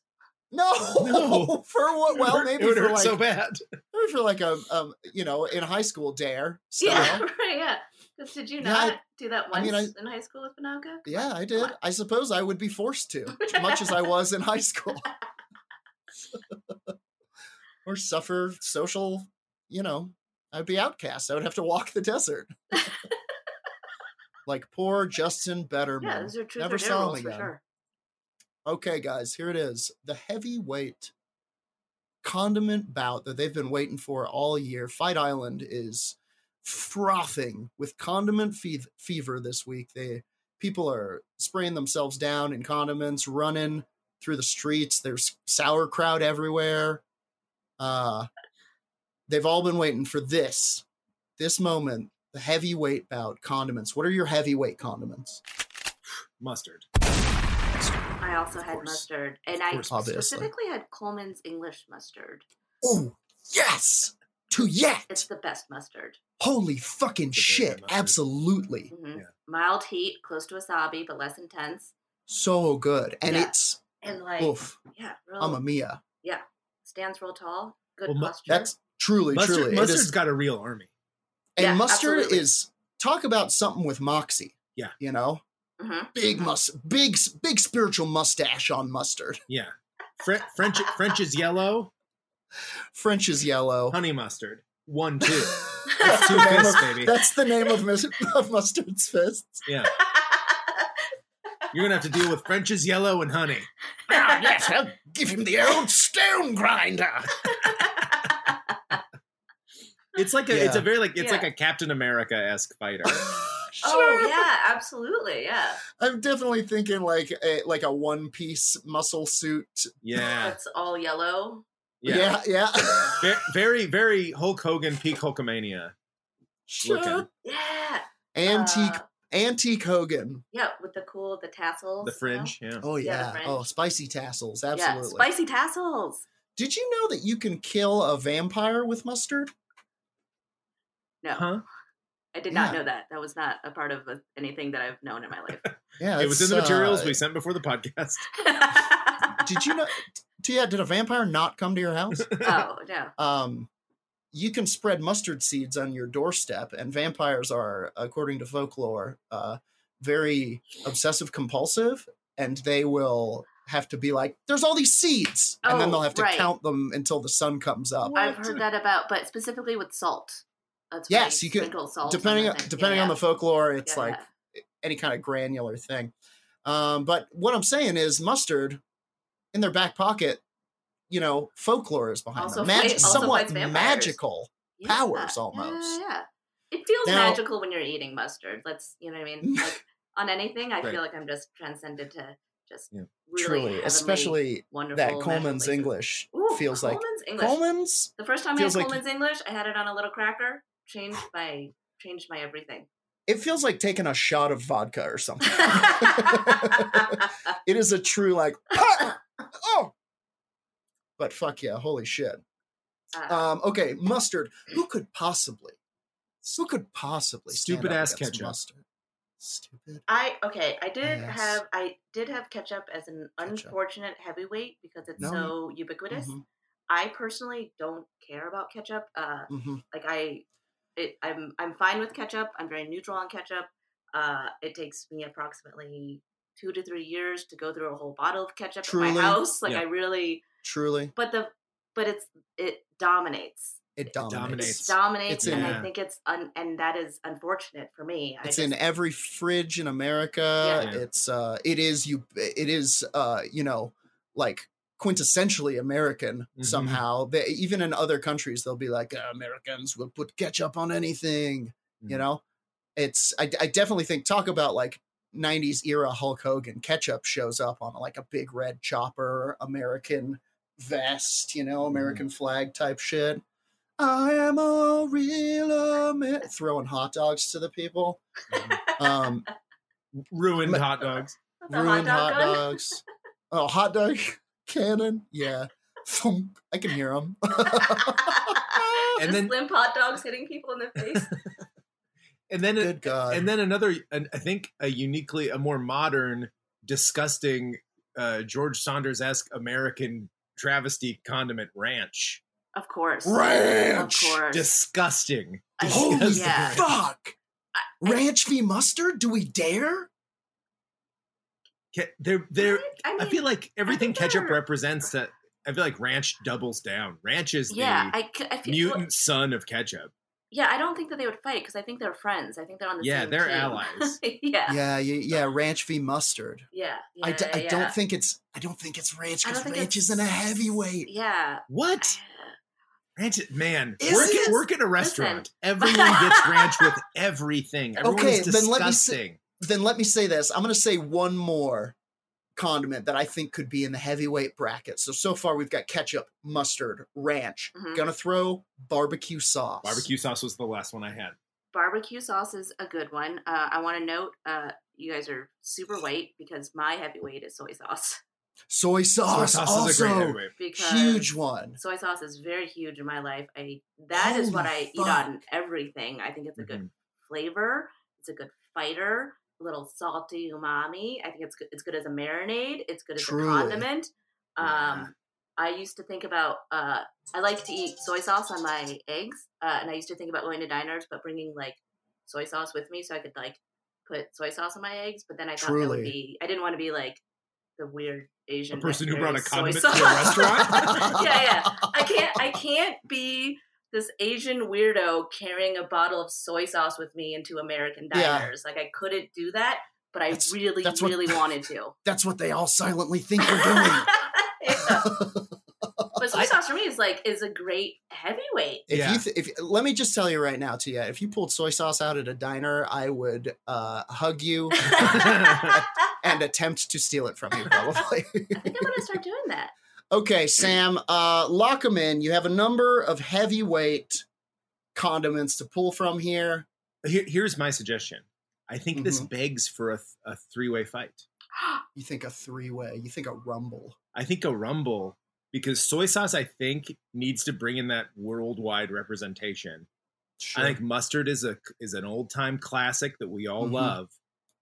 A: no,
B: No.
A: for what? Well, maybe
B: it would
A: for
B: hurt
A: like
B: so bad.
A: maybe for like a um, you know, in high school dare. Style.
C: Yeah, right. Yeah. 'Cause did you
A: Yeah,
C: not
A: I-
C: do that
A: I
C: once
A: mean,
C: in high school with banaka?
A: Yeah, I did. I suppose I would be forced to, much as I was in high school. or suffer social, you know, I'd be outcast. I would have to walk the desert. like poor Justin Betterman.
C: Yeah, those are truth
A: Never
C: or dare
A: saw 'em
C: rules for
A: again.
C: sure.
A: Okay, guys, here it is. The heavyweight condiment bout that they've been waiting for all year. Fight Island is frothing with condiment fe- fever this week. They people are spraying themselves down in condiments, running through the streets. There's sauerkraut everywhere. Uh they've all been waiting for this. This moment, the heavyweight bout condiments. What are your heavyweight condiments?
B: Mustard.
C: I also
B: Of
C: had
B: course.
C: mustard, and
B: Of
C: I
B: course,
A: obviously.
C: specifically had Coleman's English mustard.
A: Oh, yes. To yet.
C: It's the best mustard.
A: Holy fucking
B: It's a very
A: shit.
B: good mustard.
A: Absolutely.
C: Mhm.
B: Yeah.
C: Mild heat, close to wasabi, but less intense.
A: So good. And
C: Yeah.
A: it's
C: And like, oh,
A: oof,
C: yeah, real,
A: I'm a Mia.
C: stands real tall, good
B: Well, mu-
C: posture.
A: That's truly,
B: Mustard,
A: truly. It
B: mustard's
A: is,
B: got a real army.
A: and
C: Yeah,
A: mustard
C: absolutely.
A: is talk about something with Moxie.
B: Yeah.
A: You know?
C: Mhm.
A: Big mus big s- big spiritual mustache on mustard.
B: Yeah. Fre- French French is yellow.
A: French is yellow.
B: Honey mustard. One, two.
A: that's,
B: Two
A: the name
B: fists,
A: of,
B: baby.
A: that's the name of, mis- of mustard's fists.
B: Yeah. You're gonna have to deal with French's yellow and honey.
A: Ah, I'll give him the old stone grinder.
B: It's like a it's
A: Yeah.
B: a very like it's
C: Yeah.
B: like a Captain America esque fighter.
C: oh yeah, absolutely, yeah.
A: I'm definitely thinking like a like a one piece muscle suit.
B: Yeah.
C: That's all yellow.
B: Yeah.
A: Yeah, yeah.
B: Ve- Very, very Hulk Hogan peak Hulkamania. Looking.
C: Yeah,
A: Antique
C: Uh,
A: antique Hogan.
C: yeah, with the cool the tassels.
B: The
C: you know?
B: fringe. Yeah.
A: Oh
C: Yeah,
A: yeah.
C: the fringe.
A: oh, spicy tassels.
C: Yeah,
A: Absolutely.
C: spicy tassels.
A: Did you know that you can kill a vampire with mustard?
C: No,
B: Huh?
C: I did not
A: Yeah.
C: know that. That was not a part of uh, anything that I've known in my life.
A: Yeah,
B: It was in
A: it's,
B: the materials
A: uh,
B: we sent before the podcast.
A: did you know? d- Yeah, did a vampire not come to your house?
C: oh no.
A: um, you can spread mustard seeds on your doorstep, and vampires are, according to folklore, uh, very obsessive compulsive, and they will have to be like, "There's all these seeds," and then
C: Oh,
A: they'll have to
C: right.
A: count them until the sun comes up.
B: What?
C: I've heard that about, but specifically with salt. That's when
A: Yes, you can-
C: sprinkle salt on
A: Depending
C: the
A: on,
C: thing.
A: depending
C: Yeah,
A: on the folklore, it's
C: yeah,
A: like any kind of granular thing. Um, but what I'm saying is, mustard in their back pocket, you know, folklore is behind
C: Also
A: them. Magi-
C: fight- also
A: somewhat
C: fights vampires.
A: magical.
C: yeah.
A: powers
C: Yeah,
A: almost.
C: Yeah, it feels
A: Now-
C: magical when you're eating mustard. Let's, you know what I mean? Like on anything, I
B: Right.
C: feel like I'm just transcended to just
B: Yeah.
C: really
A: Truly,
C: heavenly,
A: especially
C: wonderful
A: that
C: magical
A: Coleman's
C: places.
A: English
C: Ooh,
A: feels like
C: Coleman's English.
A: Coleman's.
C: The first time I had
A: feels like-
C: Coleman's English, I had it on a little cracker. Changed my changed my everything.
A: It feels like taking a shot of vodka or something. it is a true like "Ah! oh, but fuck yeah, holy shit.
C: Uh,
A: Um, okay, mustard. Who could possibly? Who could possibly? stand
B: Stupid
A: up
B: ass
A: against
B: ketchup.
A: Mustard. Stupid.
C: I okay. I did
A: yes.
C: have I did have ketchup as an
A: Ketchup.
C: unfortunate heavyweight because it's
A: No,
C: so ubiquitous.
A: Mhm,
C: I personally don't care about ketchup. Uh,
A: mhm.
C: like I, it, I'm I'm fine with ketchup. I'm very neutral on ketchup. Uh, it takes me approximately two to three years to go through a whole bottle of ketchup at
A: Truly.
C: my house. Like
B: Yeah.
C: I really,
A: Truly,
C: but the but it's it dominates.
A: it dominates.
B: dominates.
C: It
B: It's-
C: dominates,
A: it's
C: and
B: in-
C: I think it's un, and that is unfortunate for me. I
A: It's
C: just-
A: in every fridge in America.
B: Yeah. Yeah.
A: It's uh, it is you. It is uh, you know, like quintessentially American
C: Mm-hmm.
B: Mhm.
A: somehow. They, even in other countries, they'll be like "Uh, Americans will put ketchup on anything. You
C: Mm-hmm.
B: Mhm.
A: know, it's I, I definitely think talk about like. 90s era Hulk Hogan ketchup shows up on like a big red chopper, American vest, you
C: Mm-hmm.
A: know, American flag type shit. I am a real Amer- throwing hot dogs to the people um
B: Ruined
A: Ma-
B: hot dogs.
C: Mm-hmm. The hot
A: ruined
C: dog
A: hot,
C: gun?
A: dogs oh hot dog cannon yeah Thunk. i can hear them
B: and then
C: limp hot dogs hitting people in the face.
B: and then
A: uh, Good God.
B: and then another an, i think a uniquely a more modern disgusting uh george saunders-esque american travesty condiment ranch
C: of course.
A: Ranch!
C: Of course.
B: disgusting
C: I-
A: Holy
B: Disgusting.
C: yeah.
A: fuck! Ranch v mustard? Do we dare?
B: Ca- they're they're
C: I, mean,
B: i feel like everything
C: think
B: ketchup
C: they're-
B: represents that i feel like ranch doubles down ranch is
C: yeah,
B: the
C: I, c- I feel
B: mutant son of ketchup
C: Yeah, I don't think that they would fight because I think they're friends. I think they're on the
B: Yeah,
C: same
B: they're
C: team.
B: allies.
C: yeah, yeah,
A: Yeah, yeah, yeah ranch v mustard.
C: yeah.
A: I, d- I
C: yeah.
A: don't think it's I don't think it's ranch
C: I
A: because
C: don't think
A: ranch
C: it's-
A: isn't a heavyweight.
C: Yeah.
B: what ranch man
A: Is
B: work,
A: it?
B: at, work at a restaurant everyone gets ranch with everything Everyone
A: Okay,
B: is
A: then let me say-
B: disgusting.
A: Then let me say this. I'm gonna say one more condiment that I think could be in the heavyweight bracket. So so far we've got ketchup, mustard, ranch.
C: Mhm.
A: Gonna throw barbecue sauce.
B: Barbecue sauce was the last one I had.
C: Barbecue sauce is a good one. Uh, I want to note uh, you guys are super white because my heavyweight is soy sauce.
A: Soy sauce,
B: Soy is a
A: also
B: great heavyweight.
C: Because
A: huge one.
C: Soy sauce is very huge in my life. I that is what
A: Holy
C: I eat on everything. I think it's a good
B: Mm-hmm.
C: flavor. It's a good fighter. A little salty umami. I think it's good. It's good as a marinade. It's good as
A: Truly.
C: a condiment. Um,
B: Yeah.
C: I used to think about. Uh, I like to eat soy sauce on my eggs, uh, and I used to think about going to diners, but bringing like soy sauce with me so I could like put soy sauce on my eggs. But then I thought that
A: Truly.
C: would be. I didn't want to be like the weird Asian
B: A person who brought a
C: vegetarian soy
B: condiment to a
C: sauce.
B: restaurant.
C: yeah, yeah. I can't I can't be this Asian weirdo carrying a bottle of soy sauce with me into American
A: Yeah.
C: diners. Like I couldn't do that, but I
A: That's-
C: really,
A: that's what-
C: really wanted to.
A: That's what they all silently think we're doing.
C: Yeah. But soy sauce for me is like is a great heavyweight.
A: If
B: Yeah.
A: you th- if let me just tell you right now, Tia, if you pulled soy sauce out at a diner, I would uh, hug you
C: I
A: and attempt to steal it from you, probably.
C: think I'm gonna start doing that.
A: okay, Sam, uh, lock 'em in. You have a number of heavyweight condiments to pull from here.
B: Here, here's my suggestion. I think this
A: Mhm.
B: begs for a, th- a three-way fight.
A: You think a three way? You think a rumble?
B: I think a rumble because soy sauce. I think needs to bring in that worldwide representation.
A: Sure.
B: I think mustard is a is an old time classic that we all
A: Mhm.
B: love,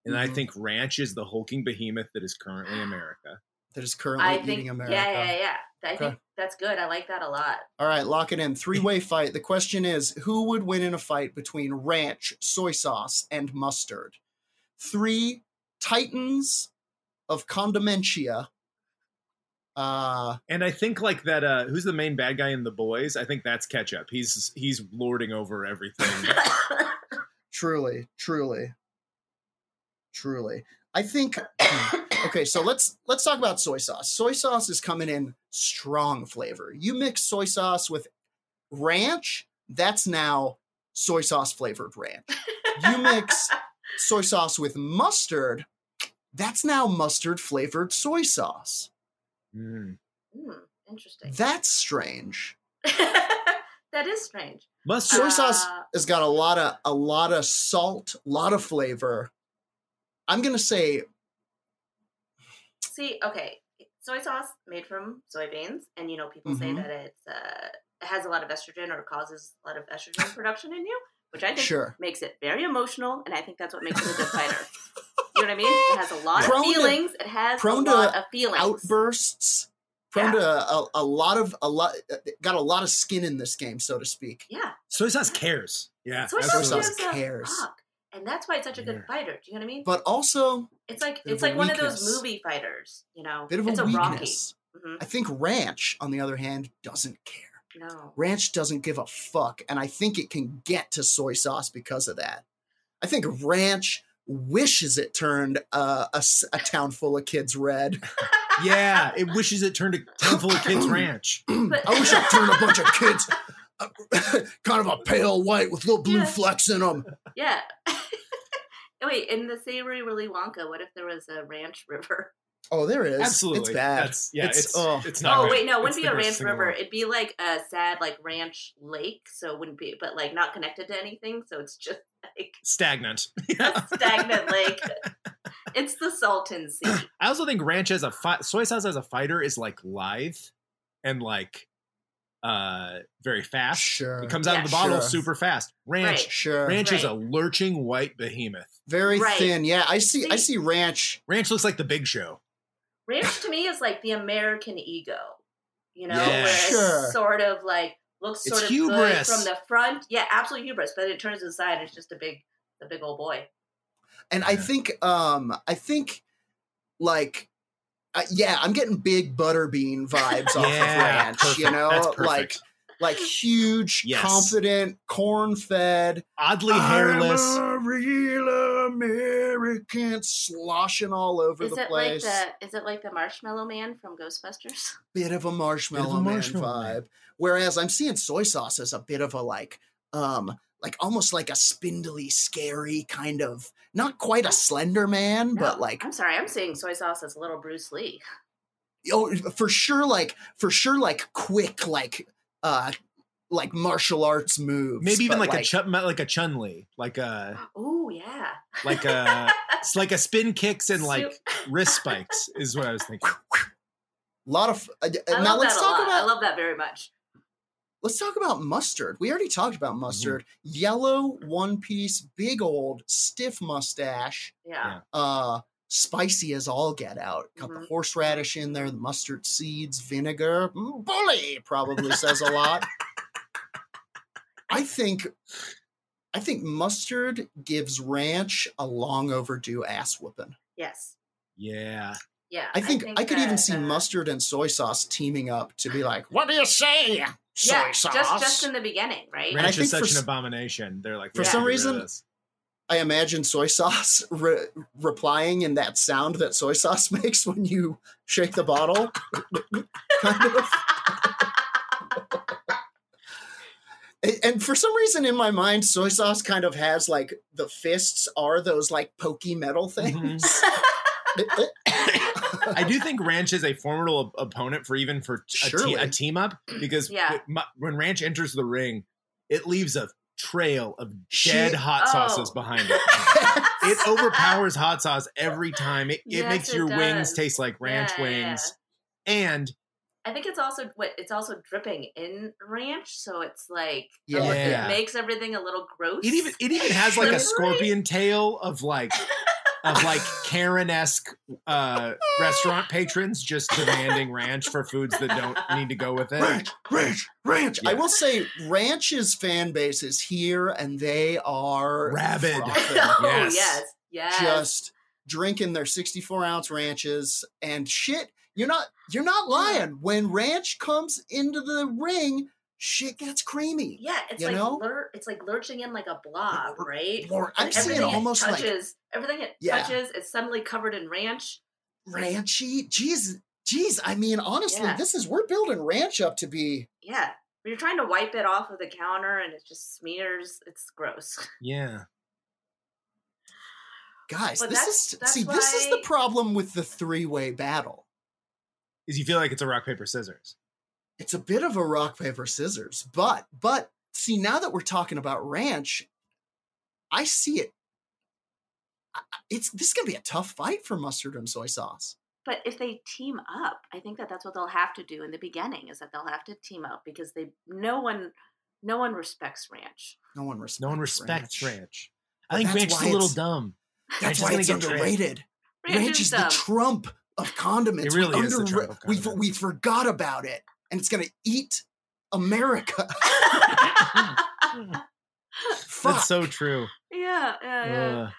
B: and I
A: Mhm.
B: think ranch is the hulking behemoth that is currently America.
A: that is currently
C: I
A: eating
C: think yeah,
A: America.
C: yeah, yeah. I
A: Okay.
C: think that's good. I like that a lot.
A: All right, lock it in. Three way fight. The question is who would win in a fight between ranch, soy sauce, and mustard? Three titans of condimentia. Uh,
B: And I think like that. Uh, who's the main bad guy in the boys? I think that's ketchup. He's he's lording over everything.
A: truly, truly, truly. I think. okay, so let's let's talk about soy sauce. Soy sauce is coming in strong flavor. You mix soy sauce with ranch, that's now soy sauce flavored ranch. You mix soy sauce with mustard, that's now mustard flavored soy sauce.
B: Mm.
C: Hmm, interesting.
A: That's strange.
C: that is strange.
B: Mustard.
A: Soy sauce
C: Uh,
A: has got a lot of a lot of salt, a lot of flavor. I'm gonna say
C: See, okay, soy sauce made from soybeans, and you know people say
A: Mhm.
C: that it's uh, it has a lot of estrogen or causes a lot of estrogen production in you, which I think
A: sure.
C: makes it very emotional, and I think that's what makes it a good fighter. you know what I mean? It has a lot
A: Prone to-
C: of feelings. It has a
A: prone to
C: lot of feelings.
A: Outbursts prone
C: Yeah.
A: to a, a lot of a lot got a lot of skin in this game, so to speak.
C: Yeah,
B: Soy sauce cares. Yeah.
C: soy
A: Soy
C: sauce,
A: sauce
C: gives a
A: cares.
C: fuck, and that's why it's such a good
B: Yeah.
C: fighter. Do you know what I mean?
A: But also
C: it's like
A: bit of
C: it's
A: a
C: like one of those
A: weakness.
C: movie fighters. You know,
A: a bit of
C: it's
A: a
C: a Rocky.
A: weakness.
C: Mhm.
A: I think ranch, on the other hand, doesn't care.
C: No.
A: Ranch doesn't give a fuck, and I think it can get to soy sauce because of that. I think ranch wishes it turned uh, a, s- a town full of kids red.
B: Yeah. It wishes it turned a town full of kids ranch.
A: I wish I'd Oh, turn a bunch of kids uh, kind of a pale white with little blue
C: Yeah.
A: flecks in them.
C: Yeah. Wait, in the savory Willy Wonka, what if there was a ranch river?
A: Oh, there it is.
B: Absolutely.
A: It's bad.
B: That's, yeah.
A: It's-
B: It's,
A: oh.
B: it's not.
C: oh
B: right.
C: wait, no, it wouldn't
B: It's
C: be
B: the
C: a
B: worst
C: ranch
B: thing in the
C: river.
B: world.
C: It'd be like a sad like ranch lake, so it wouldn't be but like not connected to anything, so it's just like
B: Stagnant.
C: a stagnant lake. It's the Salton Sea.
B: I also think ranch as a fi- soy sauce as a fighter is like lithe and like uh, very fast.
A: Sure.
B: It comes out
C: Yeah.
B: of the bottle
A: Sure.
B: super fast. Ranch.
C: Right.
A: Sure.
B: Ranch is
C: Right.
B: a lurching white behemoth.
A: Very
C: Right.
A: thin. Yeah, I see, I
C: See?
A: see ranch.
B: Ranch looks like the Big Show.
C: Ranch to me is like the American ego, you know,
B: Yeah.
C: where it's
A: Sure.
C: sort of like looks
B: It's
C: sort of
B: hubris.
C: good from the front. Yeah, absolute hubris, but it turns inside it's just a big, the big old boy.
A: And I
B: Yeah.
A: think um I think like uh, yeah, I'm getting big butterbean vibes off of
B: Yeah,
A: ranch, you
B: perfect.
A: know?
B: That's perfect.
A: Like like huge,
B: Yes.
A: confident, corn-fed,
B: Oddly hairless.
A: I'm a real American sloshing all over
C: Is
A: the
C: it
A: place.
C: like the is it like the Marshmallow Man from Ghostbusters?
A: bit of a marshmallow,
B: marshmallow
A: man
B: man.
A: vibe. Whereas I'm seeing soy sauce as a bit of a like, um, like almost like a spindly, scary kind of not quite a slender man, but
C: No,
A: like
C: I'm sorry, I'm saying soy sauce as little Bruce Lee.
A: oh for sure like for sure like quick like uh like martial arts moves.
B: Maybe even
A: but,
B: like, a chun like a Chun Li. Like a
C: Oh yeah,
B: like a it's like a spin kicks and
C: Soup.
B: like wrist spikes is what I was thinking.
A: lot of uh,
C: I love
A: now let's
C: that a
A: talk
C: lot. I
A: about
C: love that very much.
A: let's talk about mustard. We already talked
B: Mm-hmm.
A: about mustard. Yellow one piece, big old stiff mustache.
C: Yeah,
A: uh spicy as all get out. Got the
C: Mhm.
A: horseradish in there, the mustard seeds, vinegar. Mm, Bully probably says a lot. I think I think mustard gives ranch a long overdue ass whooping.
C: yes,
B: Yeah.
C: yeah.
A: I think I, could even
C: that,
A: see
C: uh,
A: mustard and soy sauce teaming up to be like, what do you say? Soy
C: Yeah,
A: sauce.
C: just just in the beginning, right?
A: I
B: Ranch
A: think
B: is such
A: for
B: an
A: s-
B: abomination. They're like,
A: for
B: "We have
A: some
B: to get rid of
A: reason-
B: this."
A: I imagine soy sauce re- replying in that sound that soy sauce makes when you shake the bottle. kind of. And- And for some reason in my mind, soy sauce kind of has like the fists are those like pokey metal
B: Mm-hmm.
A: things.
B: I do think Ranch is a formidable op- opponent for even for t- a, te-
A: Surely.
B: a team up because
C: Yeah.
B: w- mu- when Ranch enters the ring, it leaves a trail of
A: She-
B: dead hot sauces
C: Oh.
B: behind it. It overpowers hot sauce every time. It, it
C: Yes,
B: makes
C: it
B: your wings
C: does.
B: taste like ranch
C: Yeah, yeah, yeah.
B: wings. And
C: I think it's also what it's also dripping in ranch, so it's like
A: Yeah.
C: a li-
B: Yeah.
C: it makes everything a little gross.
B: it even it even has like a
C: Slippery.
B: scorpion tail of like of like Karen esque uh, restaurant patrons just demanding ranch for foods that don't need to go with it.
A: ranch, ranch, ranch. I
B: Yeah.
A: will say Ranch's fan base is here and they are
B: Rabid.
A: frothing.
C: oh
B: Yes.
C: yes, yes,
A: just drinking their 64 ounce ranches and shit you're not you're not lying when ranch comes into the ring shit gets creamy
C: yeah. It's
A: you
C: like
A: know?
C: lur- it's like lurching in like a blob, right?
A: More- i'm
C: And
A: seeing
C: everything it
A: almost like
C: touches, everything it
A: Yeah.
C: touches is suddenly covered in ranch.
A: ranchy jeez jeez i mean honestly
C: Yeah.
A: this is we're building ranch up to be
C: Yeah, you're trying to wipe it off of the counter, and it just smears. It's gross.
B: Yeah.
A: guys
C: Well,
A: this
C: that's-
A: is
C: that's
A: see this is the
C: why-
A: problem with the three-way battle
B: Is you feel like it's a rock, paper, scissors.
A: it's a bit of a rock paper scissors but but see now that we're talking about ranch i see it I- I- it's this is gonna be a tough fight for mustard and soy sauce
C: But if they team up, I think that that's what they'll have to do in the beginning is that they'll have to team up because they no one no one respects ranch.
A: no one respects
B: No one respects ranch.
A: But
B: I think
A: that's
B: ranch is
A: why
B: a little
A: it's-
B: dumb. Ranch
A: that's
B: is
A: why
B: gonna
A: it's
B: get tricked.
A: underrated ranch, is the
C: dumb.
A: trump of condiments
B: It really is the Trump of
A: we,
B: condiments.
A: we forgot about it and it's gonna eat america Fuck.
B: That's so true.
C: yeah, yeah, yeah.
B: Ugh.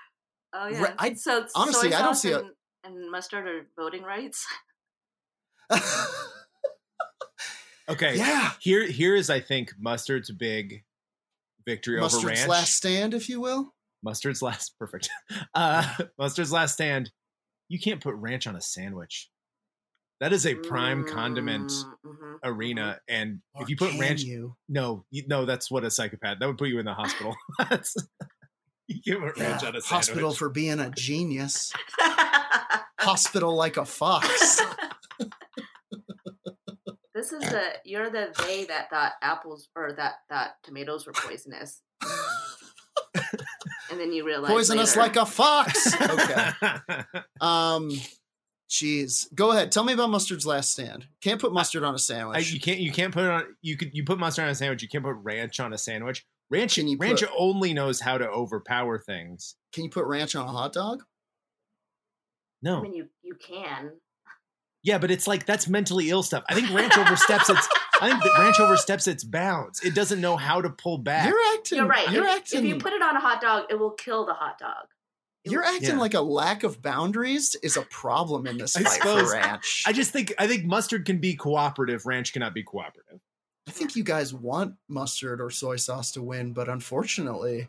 C: oh yeah.
A: Uh, Ra- I-
C: so it's
A: honestly,
C: soy
A: I don't
C: sauce
A: see a-
C: and, and mustard or voting rights.
B: Okay.
A: yeah
B: Here here is I think mustard's big victory over
A: mustard's
B: ranch.
A: last stand if you will
B: mustard's last perfect. Uh mustard's last stand. You can't put ranch on a sandwich. That is a prime condiment
C: mhm.
B: arena and
A: Or
B: if you put
A: can
B: ranch
A: you?
B: no you, no that's what a psychopath that would put you in the hospital That's- you can't put ranch
A: Yeah,
B: on a sandwich
A: hospital for being a genius hospital like a fox.
C: this is the you're the they that thought apples or that that tomatoes were poisonous, and then you realize
A: Poisonous
C: later-
A: like a fox. Okay. Um Jeez, go ahead. Tell me about mustard's last stand. Can't put mustard on a
B: I, you
A: sandwich.
B: can't you can't put it on you could you put mustard on a sandwich. You can't put ranch on a sandwich. Ranch
A: Can you
B: ranch
A: put-
B: only knows how to overpower things.
A: Can you put ranch on a hot dog?
C: I
B: No,
C: mean, you you can.
B: yeah, but it's like that's mentally ill stuff. I think ranch oversteps its. I think that ranch oversteps its bounds. It doesn't know how to pull back.
A: You're acting.
C: You're right.
A: You're
C: if,
A: acting.
C: if you put it on a hot dog, it will kill the hot dog.
A: You're acting
B: Yeah.
A: like a lack of boundaries is a problem in this
B: I
A: fight
B: suppose.
A: for ranch.
B: I just think I think mustard can be cooperative. Ranch cannot be cooperative.
A: I think you guys want mustard or soy sauce to win, but unfortunately,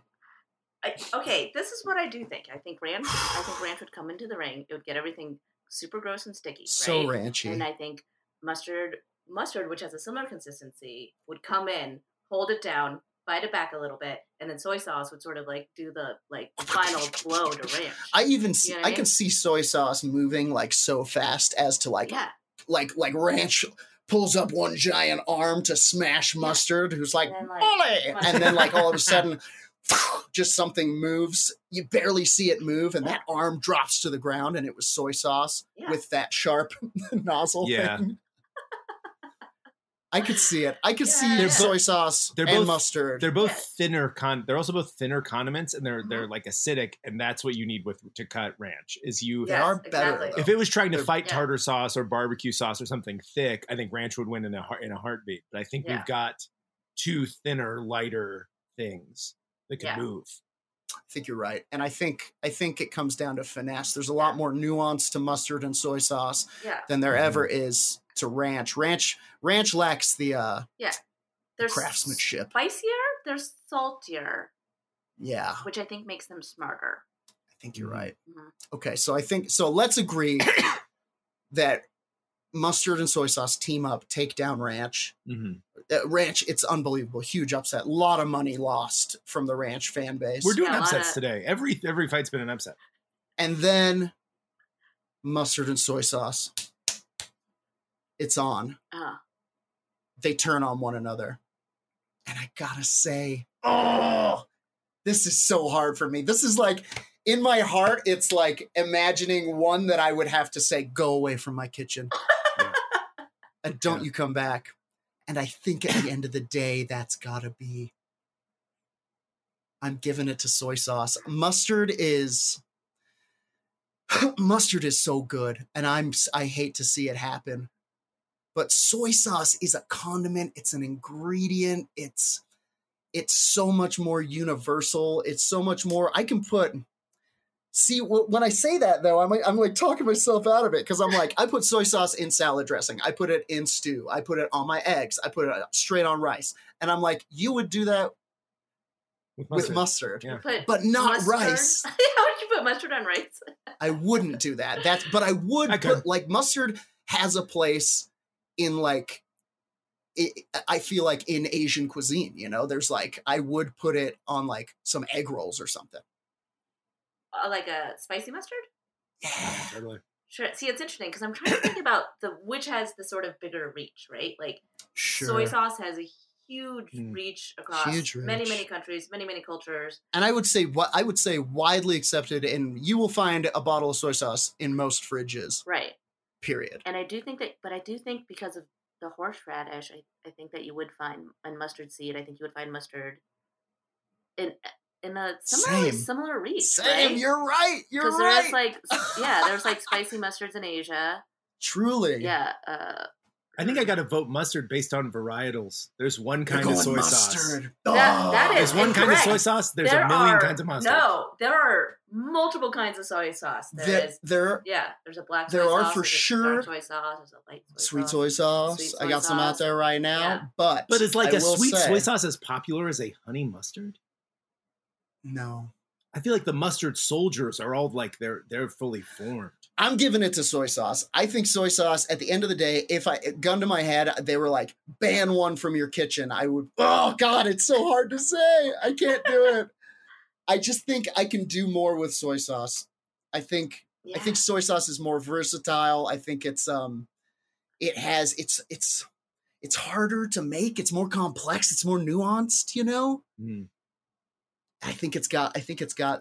C: I, okay, this is what I do think. I think ranch. I think ranch would come into the ring. It would get everything super gross and sticky.
A: so
C: right?
A: ranchy.
C: And I think mustard, mustard, which has a similar consistency, would come in, hold it down, bite it back a little bit, and then soy sauce would sort of like do the like final blow to ranch.
A: I even see,
C: know
A: I,
C: what I
A: can
C: mean?
A: see soy sauce moving like so fast as to like
C: yeah,
A: like like ranch pulls up one giant arm to smash mustard who's like
C: and then like
A: bully
C: Mustard.
A: and then like all of a sudden just something moves you barely see it move and that arm drops to the ground and it was soy sauce
C: Yeah.
A: with that sharp nozzle
B: Yeah.
A: thing I could see it. I could
C: Yeah.
A: see
C: They're bo-
A: soy sauce
B: they're
A: and
B: both-
A: mustard.
B: They're both
C: Yes.
B: thinner con. They're also both thinner condiments, and they're
C: Mhm.
B: they're like acidic, and that's what you need with to cut ranch. Is you
A: They are better, though.
B: if it was trying to
A: They're-
B: fight
C: Yeah.
B: tartar sauce or barbecue sauce or something thick, I think ranch would win in a heart, in a heartbeat. But I think
C: Yeah.
B: we've got two thinner, lighter things that can
C: Yeah.
B: move.
A: I think you're right, and I think I think it comes down to finesse. There's a lot more nuance to mustard and soy sauce
C: yeah,
A: than there
B: Mhm.
A: ever is to ranch. Ranch ranch lacks the uh
C: they're
A: craftsmanship.
C: spicier, they're saltier,
A: yeah, I
C: which I think makes them smarter.
A: think you're right.
C: Mhm.
A: Okay, so I think so let's agree that mustard and soy sauce team up, take down ranch.
B: Mhm.
A: Uh, ranch, it's unbelievable. Huge upset. A lot of money lost from the ranch fan base.
B: We're doing
C: Yeah, a lot
B: upsets
C: of-
B: today. Every every fight's been an upset.
A: and then mustard and soy sauce. It's on.
C: Uh,
A: They turn on one another. And I gotta say, oh, this is so hard for me. This is like in my heart, it's like imagining one that I would have to say, go away from my kitchen.
B: Yeah.
A: And don't
B: Yeah.
A: you come back. And I think at the end of the day, that's gotta be. I'm giving it to soy sauce. Mustard is mustard is so good, and I'm s- I hate to see it happen. But soy sauce is a condiment. It's an ingredient. It's it's so much more universal. It's so much more. I can put. See, wh- when I say that though, I'm like, I'm like talking myself out of it because I'm like, I put soy sauce in salad dressing. I put it in stew. I put it on my eggs. I put it uh, straight on rice. And I'm like, you would do that
B: With
A: with mustard,
B: Yeah.
C: put
A: but not
C: mustard-
A: rice.
C: How would you put mustard on rice?
A: I wouldn't do that. That's but I would
B: I could.
A: put like mustard has a place in like it, I feel like in Asian cuisine, you know, there's like I would put it on like some egg rolls or something.
C: Uh, like a spicy mustard?
A: Yeah.
B: Totally.
C: Sure. See, it's interesting because I'm trying to think about the which has the sort of bigger reach, right? Like soy
A: Sure.
C: sauce has a huge
B: Mm.
C: reach across
A: Huge
C: many,
A: reach.
C: many countries, many, many cultures.
A: And I would say what I would say widely accepted and you will find a bottle of soy sauce in most fridges,
C: Right.
A: period.
C: And I do think that, but I do think because of the horseradish, I, I think that you would find and mustard seed. I think you would find mustard in in a similar
A: Same.
C: similar reach.
A: Sam,
C: right?
A: you're right. You're
C: because there's
A: right.
C: like s- yeah, there's like spicy mustards in Asia.
A: Truly.
C: Yeah. Uh,
B: I think I got to vote mustard based on varietals. There's one
A: You're
B: kind
A: going
B: of soy sauce.
A: mustard.
C: That- that
A: Oh.
B: There's
C: is
B: one kind of
C: Incorrect.
B: soy sauce. There's a million kinds of mustard.
C: No, there are multiple kinds of soy sauce. there
A: There,
C: is.
A: there
C: Yeah, there's a black.
A: There
C: soy
A: are
C: sauce,
A: for
C: there's
A: sure
C: a dark soy sauce. There's a light soy
A: sweet
C: sauce.
A: soy sauce.
C: Sweet
A: I
C: soy
A: got some out
C: sauce.
A: there right now,
C: Yeah.
A: but
B: But it's like
A: a
B: a sweet soy sauce as popular as a honey mustard.
A: No,
B: I feel like the mustard soldiers are all like they're they're fully formed.
A: I'm giving it to soy sauce. I think soy sauce. At the end of the day, if I gun to my head, they were like ban one from your kitchen. I would. Oh God, it's so hard to say. I can't do it. I just think I can do more with soy sauce. I think
C: Yeah.
A: I think soy sauce is more versatile. I think it's um it has it's it's it's harder to make. It's more complex. It's more nuanced. You know.
B: Mm.
A: I think it's got I think it's got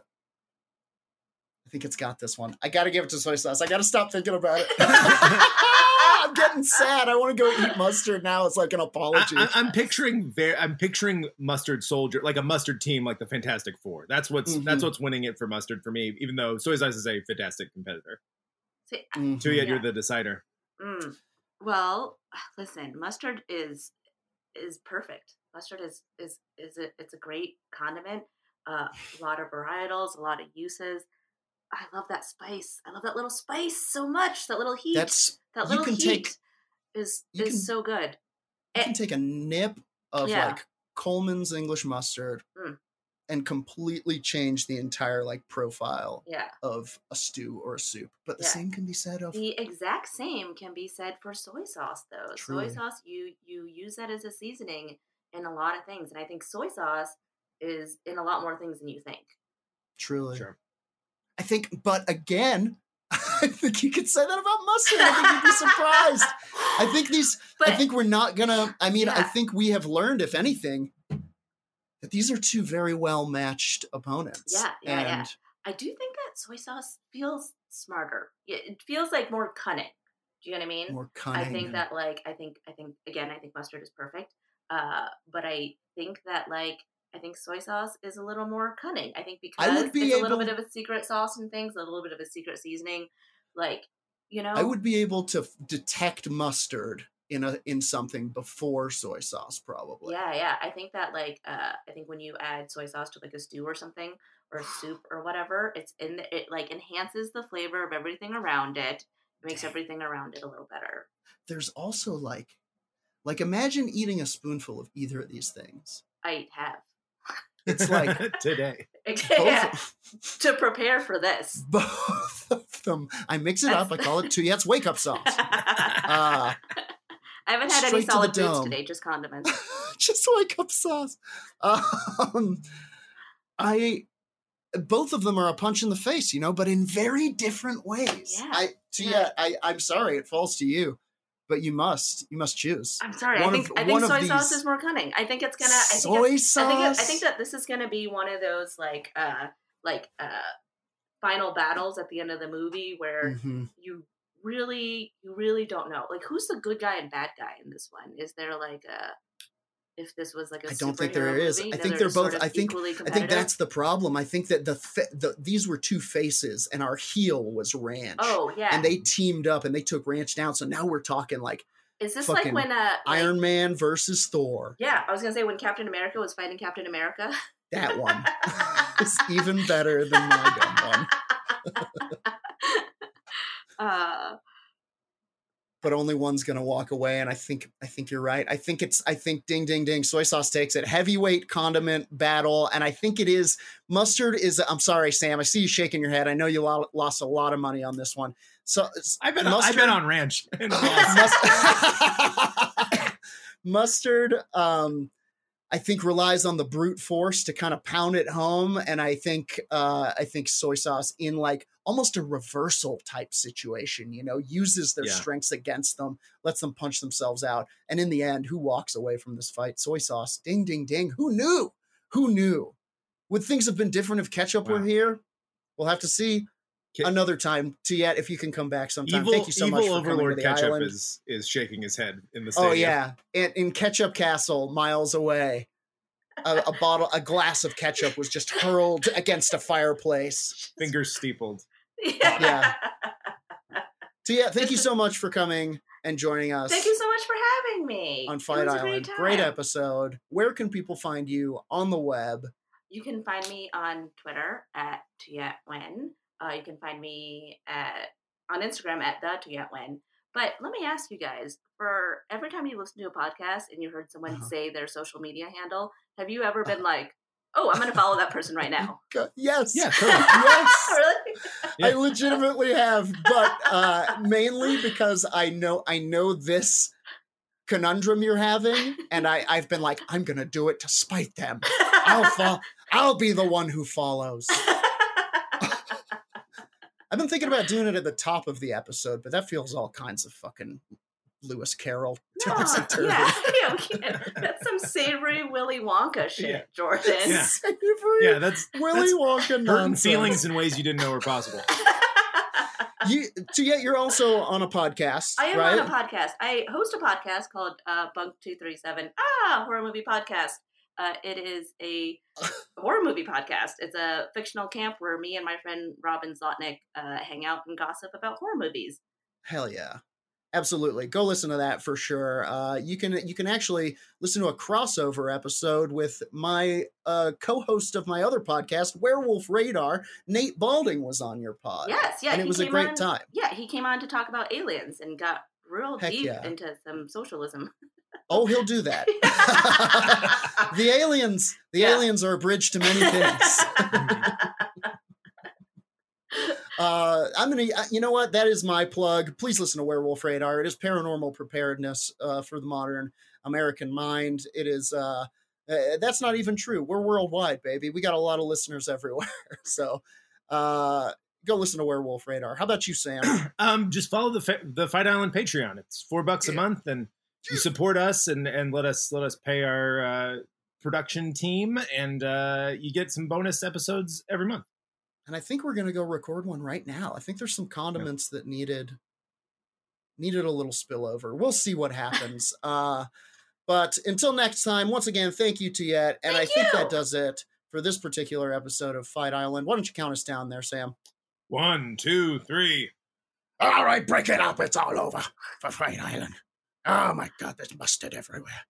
A: I think it's got this one. I got to give it to soy sauce. I got to stop thinking about it. I'm getting sad. I want to go eat mustard now. It's like an apology.
B: I, am picturing very, I'm picturing mustard soldier, like a mustard team, like the Fantastic Four. That's what's
A: Mhm.
B: that's what's winning it for mustard for me. Even though soy sauce is a fantastic competitor,
C: See,
A: Mhm.
B: so yeah,
C: Yeah.
B: you're the decider.
C: Mm. Well, listen, mustard is is perfect. Mustard is is is a, it's a great condiment. Uh, a lot of varietals, a lot of uses. I love that spice. I love that little spice so much. That little heat.
A: That's
C: that
A: you
C: little
A: can
C: heat
A: take-
C: is
A: you
C: is
A: can-
C: so good.
A: you can take a nip of
C: Eh. Yeah.
A: like Coleman's English mustard
C: Mm.
A: and completely change the entire like profile
C: Yeah.
A: of a stew or a soup. But the
C: Yeah.
A: same can be said of
C: The exact same can be said for soy sauce, though.
A: Truly.
C: Soy sauce, you you use that as a seasoning in a lot of things, and I think soy sauce is in a lot more things than you think.
A: truly.
B: Sure.
A: I think, but again, I think you could say that about mustard. I think you'd be surprised. I think these.
C: But
A: I think we're not gonna. I mean, I
C: Yeah.
A: think we have learned, if anything, that these are two very well matched opponents.
C: Yeah, yeah, yeah.
A: and
C: I do think that soy sauce feels smarter. Yeah, It feels like more cunning. Do you know what I mean?
A: More
C: I
A: cunning.
C: think that like I think I think again I think mustard is perfect. Uh, but I think that like I think soy sauce is a little more cunning. I think because
A: I would be
C: it's a little
A: able-
C: bit of a secret sauce and things, a little bit of a secret seasoning, like you know.
A: I would be able to f- detect mustard in a in something before soy sauce, probably.
C: Yeah, yeah. I think that like uh I think when you add soy sauce to like a stew or something or soup or whatever, it's in the, it like enhances the flavor of everything around it. It makes
A: Dang.
C: everything around it a little better.
A: There's also like, like imagine eating a spoonful of either of these things.
C: I have.
A: It's like
B: today.
C: yeah,
A: both,
C: to prepare for this.
A: both of them. I mix it up. I call it two. Yeah, it's wake up sauce. Uh,
C: I haven't had
A: Straight
C: any
A: to the
C: solid foods
A: dome.
C: today, just condiments.
A: just wake up sauce. Um, I both of them are a punch in the face, you know, but in very different ways.
C: Yeah,
A: I to
C: yeah.
A: yeah, I, I'm sorry, it falls to you, but you must you must choose.
C: I'm sorry. I
A: One of-
C: think I think
A: one of
C: soy sauce
A: these-
C: is more cunning. I think it's gonna. I think it's-
A: Soy
C: I think,
A: sauce.
C: it- I think that this is going to be one of those like uh like uh final battles at the end of the movie where
A: Mhm.
C: you really you really don't know like who's the good guy and bad guy in this one is there like a if this was like a
A: I don't think there
C: superhero
A: is.
C: movie?
A: I
C: No,
A: think they're
C: just sort
A: both-
C: of
A: I think-
C: equally
A: I think
C: competitive?
A: that's the problem. I think that the, fa- the these were two faces, and our heel was Ranch,
C: oh yeah
A: and they teamed up and they took Ranch down. So now we're talking like
C: is this
A: fucking
C: like when uh like-
A: Iron Man versus Thor.
C: yeah i was gonna say when captain america was fighting captain america
A: That one is even better than my dumb one.
C: uh
A: but only one's gonna walk away. And I think I think you're right. I think it's I think ding ding ding. Soy sauce takes it. Heavyweight condiment battle, and I think it is mustard is. I'm sorry, Sam. I see you shaking your head. I know you lo- lost a lot of money on this one. So
B: I've been I've
A: Mustard-
B: been on ranch. And lost.
A: mustard, mustard um, I think relies on the brute force to kind of pound it home, and I think uh, I think soy sauce in like almost a reversal type situation, you know, uses their
B: Yeah.
A: strengths against them, lets them punch themselves out, and in the end, who walks away from this fight? Soy sauce. Ding ding ding. Who knew? Who knew? Would things have been different if ketchup were
B: Wow.
A: here? We'll have to see.
B: Ke-
A: Another time, Tiet, if you can come back sometime.
B: evil
A: Thank you so
B: evil
A: much for coming to
B: overlord
A: the
B: ketchup
A: island.
B: is is shaking his head in the stadium.
A: Oh yeah, in, in Ketchup Castle, miles away, a, a bottle, a glass of ketchup was just hurled against a fireplace.
B: fingers steepled.
A: Yeah. So yeah, thank you
C: This is-
A: so much for coming and joining us
C: Thank you so much for having me.
A: on
C: It
A: Fight
C: was a
A: Island.
C: Great,
A: Great
C: time.
A: episode. Where can people find you on the web?
C: You can find me on Twitter at Tuyatwen. Uh, you can find me at on Instagram at the Tuyatwen. But let me ask you guys: for every time you listen to a podcast and you heard someone
A: Uh-huh.
C: say their social media handle, have you ever been like, "Oh, I'm going to follow that person right now"?
A: Go- Yes,
B: Yeah, totally.
A: yes.
C: really?
A: I legitimately have, but uh, mainly because I know I know this conundrum you're having, and I I've been like, I'm gonna do it to spite them. I'll fo- I'll be the one who follows. I've been thinking about doing it at the top of the episode, but that feels all kinds of fucking Lewis Carroll.
C: No,
A: topsy-turvy.
C: yeah, yeah, we can't. That's some savory Willy Wonka shit,
B: Yeah.
C: Jordan.
B: Yeah.
A: Savory
B: Yeah, that's
A: Willy Wonka
B: hurting
A: nonsense.
B: feelings in ways you didn't know were possible.
A: You, so yet you're also on a podcast,
C: I am
A: right?
C: on a podcast. I host a podcast called uh, Bunk Two Three Seven. Ah, horror movie podcast. Uh, it is a horror movie podcast. It's a fictional camp where me and my friend Robin Zlotnick uh, hang out and gossip about horror movies.
A: Hell yeah. Absolutely. Go listen to that for sure. Uh, you can you can actually listen to a crossover episode with my uh, co-host of my other podcast, Werewolf Radar. Nate Balding was on your pod.
C: yes, yeah,
A: Uh, and it
C: he
A: was a
C: came
A: great
C: on-
A: time.
C: Yeah, he came on to talk about aliens and got real
A: Heck
C: deep
A: yeah.
C: into some socialism.
A: Oh, he'll do that. the aliens. The
C: Yeah.
A: aliens are a bridge to many things. Uh, I'm gonna. uh, You know what? That is my plug. Please listen to Werewolf Radar. It is paranormal preparedness uh, for the modern American mind. It is. Uh, uh, that's not even true. We're worldwide, baby. We got a lot of listeners everywhere. so, uh, go listen to Werewolf Radar. How about you, Sam?
B: Um, just follow the fa- the Fight Island Patreon. It's four bucks a month, and you support us and and let us let us pay our uh, production team, and uh, you get some bonus episodes every month.
A: and I think we're gonna go record one right now. I think there's some condiments that needed needed a little spillover. We'll see what happens. uh, but until next time, once again, thank you to Yet, and
C: Thank
A: I think that
C: you.
A: does it for this particular episode of Fight Island. Why don't you count us down there, Sam?
B: One, two, three.
A: All right, break it up. It's all over for Fight Island. Oh my God, there's mustard everywhere.